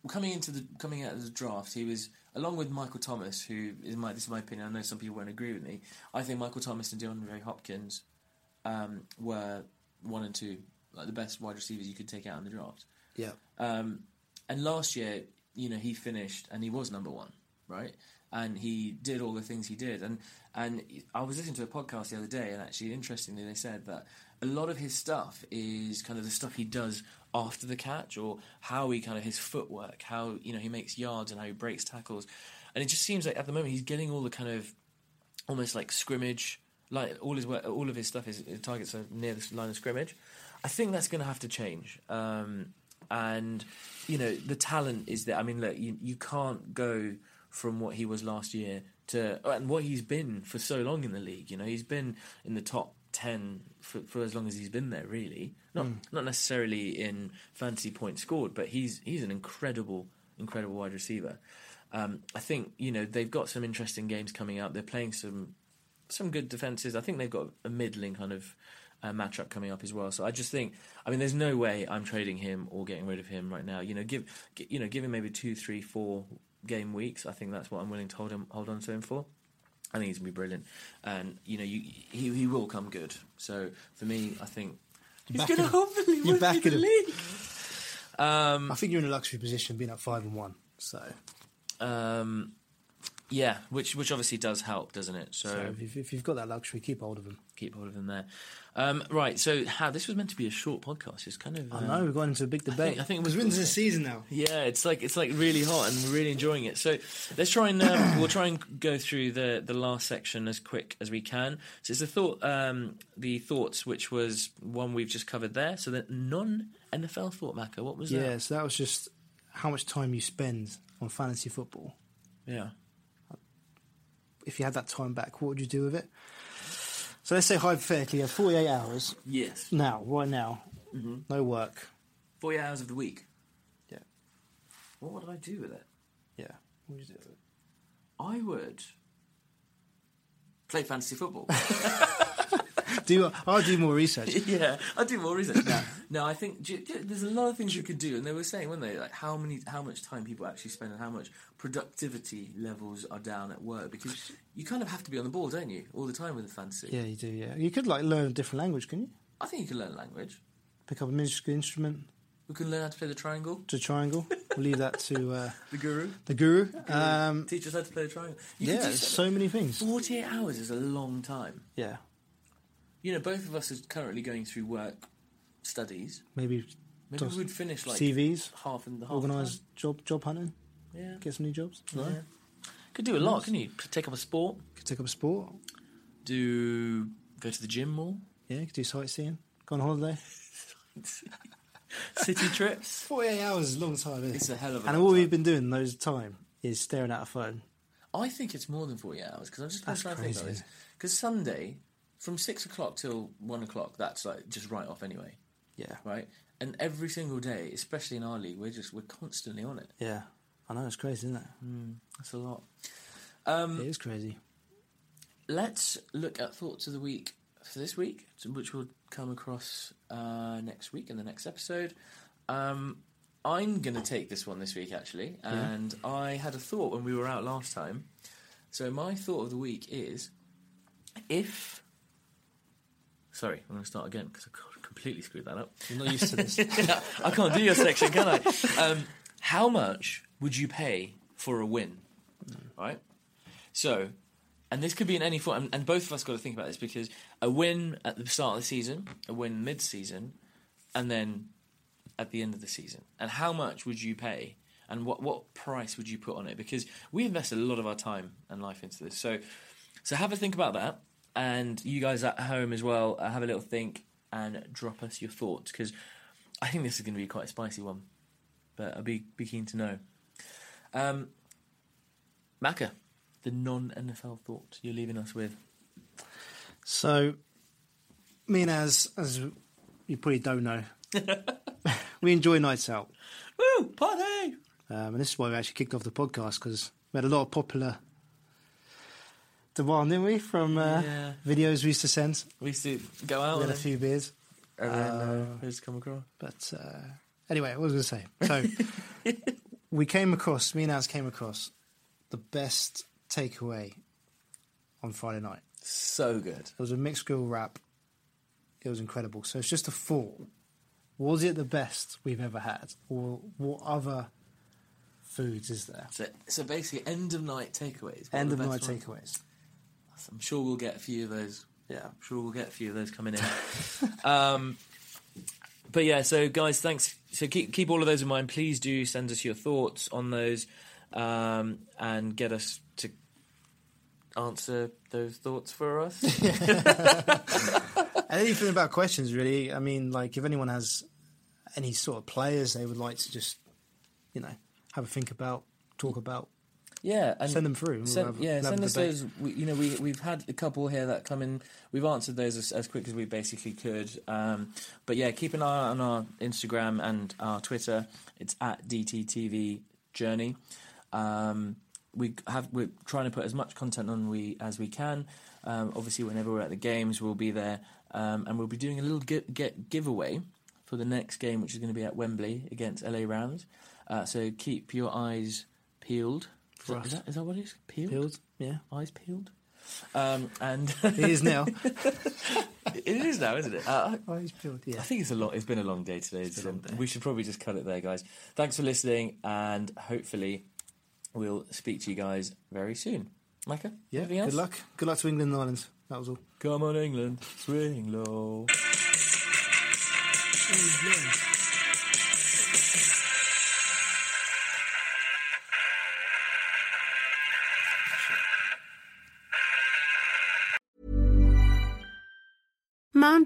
coming into the coming out of the draft. He was along with Michael Thomas, who is my this is my opinion. I know some people won't agree with me. I think Michael Thomas and DeAndre Hopkins um, were one and two, like the best wide receivers you could take out in the draft. Yeah. Um, and last year, you know, he finished and he was number one, right? and he did all the things he did. And and I was listening to a podcast the other day, and actually, interestingly, they said that a lot of his stuff is kind of the stuff he does after the catch, or how he kind of his footwork, how you know he makes yards, and how he breaks tackles. And it just seems like at the moment he's getting all the kind of almost like scrimmage, like all his work, all of his stuff is his targets are near the line of scrimmage. I think that's going to have to change. Um, and you know the talent is there. I mean, look, you, you can't go from what he was last year to and what he's been for so long in the league. You know, he's been in the top ten for, for as long as he's been there. Really, not not necessarily in fantasy points scored, but he's he's an incredible incredible wide receiver. Um, I think you know they've got some interesting games coming up. They're playing some some good defenses. I think they've got a middling kind of uh, matchup coming up as well. So I just think, I mean, there's no way I'm trading him or getting rid of him right now. You know, give gi- you know, give him maybe two, three, four game weeks. I think that's what I'm willing to hold him hold on to him for. I think he's gonna be brilliant, and you know, you, he he will come good. So for me, I think he's back gonna him. hopefully <laughs> You're win me backing the him. league. Um, I think you're in a luxury position being at five and one. So, um, yeah, which which obviously does help, doesn't it? So, so if, you've, if you've got that luxury, keep hold of them. keep hold of them there. Um, right, so how this was meant to be a short podcast. It's kind of I um, know we've gone into a big debate. I think it was we're into the season now. Yeah, it's like it's like really hot, and we're really enjoying it. So let's try and um, <coughs> we'll try and go through the the last section as quick as we can. So it's the thought, um, the thoughts, which was one we've just covered there. So the non NFL thought macker. What was Yeah, so that was just how much time you spend on fantasy football. that? Yeah. If you had that time back, what would you do with it? So let's say hypothetically, you have 48 hours Yes. now, right now, Mm-hmm. no work. Forty hours of the week. Yeah, What would I do with it? yeah. What would you do with it? I would play fantasy football. Do I'll do more research. <laughs> <laughs> yeah, I do more research <coughs> now. No, I think do, you- do, you- there's a lot of things you could do, and they were saying, weren't they, like how many, how much time people actually spend, and how much productivity levels are down at work because you kind of have to be on the ball, don't you, all the time with the fantasy. Yeah, you do. Yeah, you could like learn a different language, can you? I think you can learn language. Pick up a musical instrument, We can learn how to play the triangle. to triangle. We'll leave that to uh, The guru. the guru. Um, Teach us how to play the triangle. You yeah, could do there's so many things. 48 hours is a long time. Yeah, You know, both of us are currently going through work studies. maybe Maybe Just we'd finish like CVs, half and the half. organise time. job job hunting, Yeah. get some new jobs. No? Yeah. Could do a lot, couldn't you? Could Take up a sport. Could take up a sport. do go to the gym more, Yeah, could do sightseeing. Go on holiday. city trips. Forty-eight hours is a long time. Isn't It's a hell of And a long all time. we've been doing in those time is staring at a phone. <laughs> I think it's more than forty hours because I'm just That's trying to think about crazy. this. Because Sunday, from six o'clock till one o'clock, that's like just right off anyway, Yeah, right? And every single day, especially in our league, we're just we're constantly on it. yeah. I know it's crazy, isn't it? That's a lot. it is crazy. Let's look at thoughts of the week for this week, so- which will come across uh, next week in the next episode. Um, I'm going to take this one this week, actually. And I had a thought when we were out last time. So, my thought of the week is if. Sorry, I'm going to start again because I completely screwed that up. I'm not used to this. I can't do your section, can I? Um, how much would you pay for a win? Right? So, and this could be in any form, and, and both of us got to think about this because a win at the start of the season, a win mid season, and then at the end of the season. And how much would you pay? And what, what price would you put on it? Because we invest a lot of our time and life into this. So, so have a think about that. And you guys at home as well, uh, have a little think and drop us your thoughts because I think this is going to be quite a spicy one, but I'd be, be keen to know. Um, Maka, the non NFL thought you're leaving us with. <laughs> So, me and Az, as you probably don't <laughs> know, we enjoy nights out. Woo! Party! Um, and this is why we actually kicked off the podcast because we had a lot of popular demand, didn't we? From uh, Yeah. videos we used to send. We used to go out We had and a then, few beers. and then uh, we just come across. But uh, anyway, what was I going to say? So, <laughs> we came across, me and Az came across the best takeaway on Friday night. So good. It was a mixed grill wrap. It was incredible. So it's just a thought. Was it the best we've ever had? Or what other foods, is there? So, so basically, end of night takeaways. End of What are the night best ones? takeaways. I'm sure we'll get a few of those. Yeah. I'm sure we'll get a few of those <laughs> coming in. um, but yeah, so guys, thanks. So keep keep all of those in mind. Please do send us your thoughts on those, um, and get us to answer those thoughts for us. Anything about questions, really? I mean, like if anyone has any sort of players they would like to just, you know, have a think about, talk about. yeah, and Send them through. We'll send- have a- yeah, we'll have send a us debate. those. We, you know, we we've had a couple here that come in. We've answered those as, as quick as we basically could. Um, but yeah, keep an eye on our Instagram and our Twitter. It's at DTTV Journey. Um, we have we're trying to put as much content on we as we can. Um, obviously, whenever we're at the games, we'll be there, um, and we'll be doing a little gi- get giveaway for the next game, which is going to be at Wembley against LA Rams. Uh, so keep your eyes peeled. Is that, is that- is that what it is? Peeled? Peeled, yeah. Eyes peeled. Um, and <laughs> It is now. it is now, isn't it? Uh, <laughs> oh, he's peeled, yeah. I think it's a lot. It's been a long day today. so We should probably just cut it there, guys. Thanks for listening, and hopefully, we'll speak to you guys very soon. Micah, Yeah. anything else? Good luck. Good luck to England and Ireland. That was all. Come on, England, swing low. Mom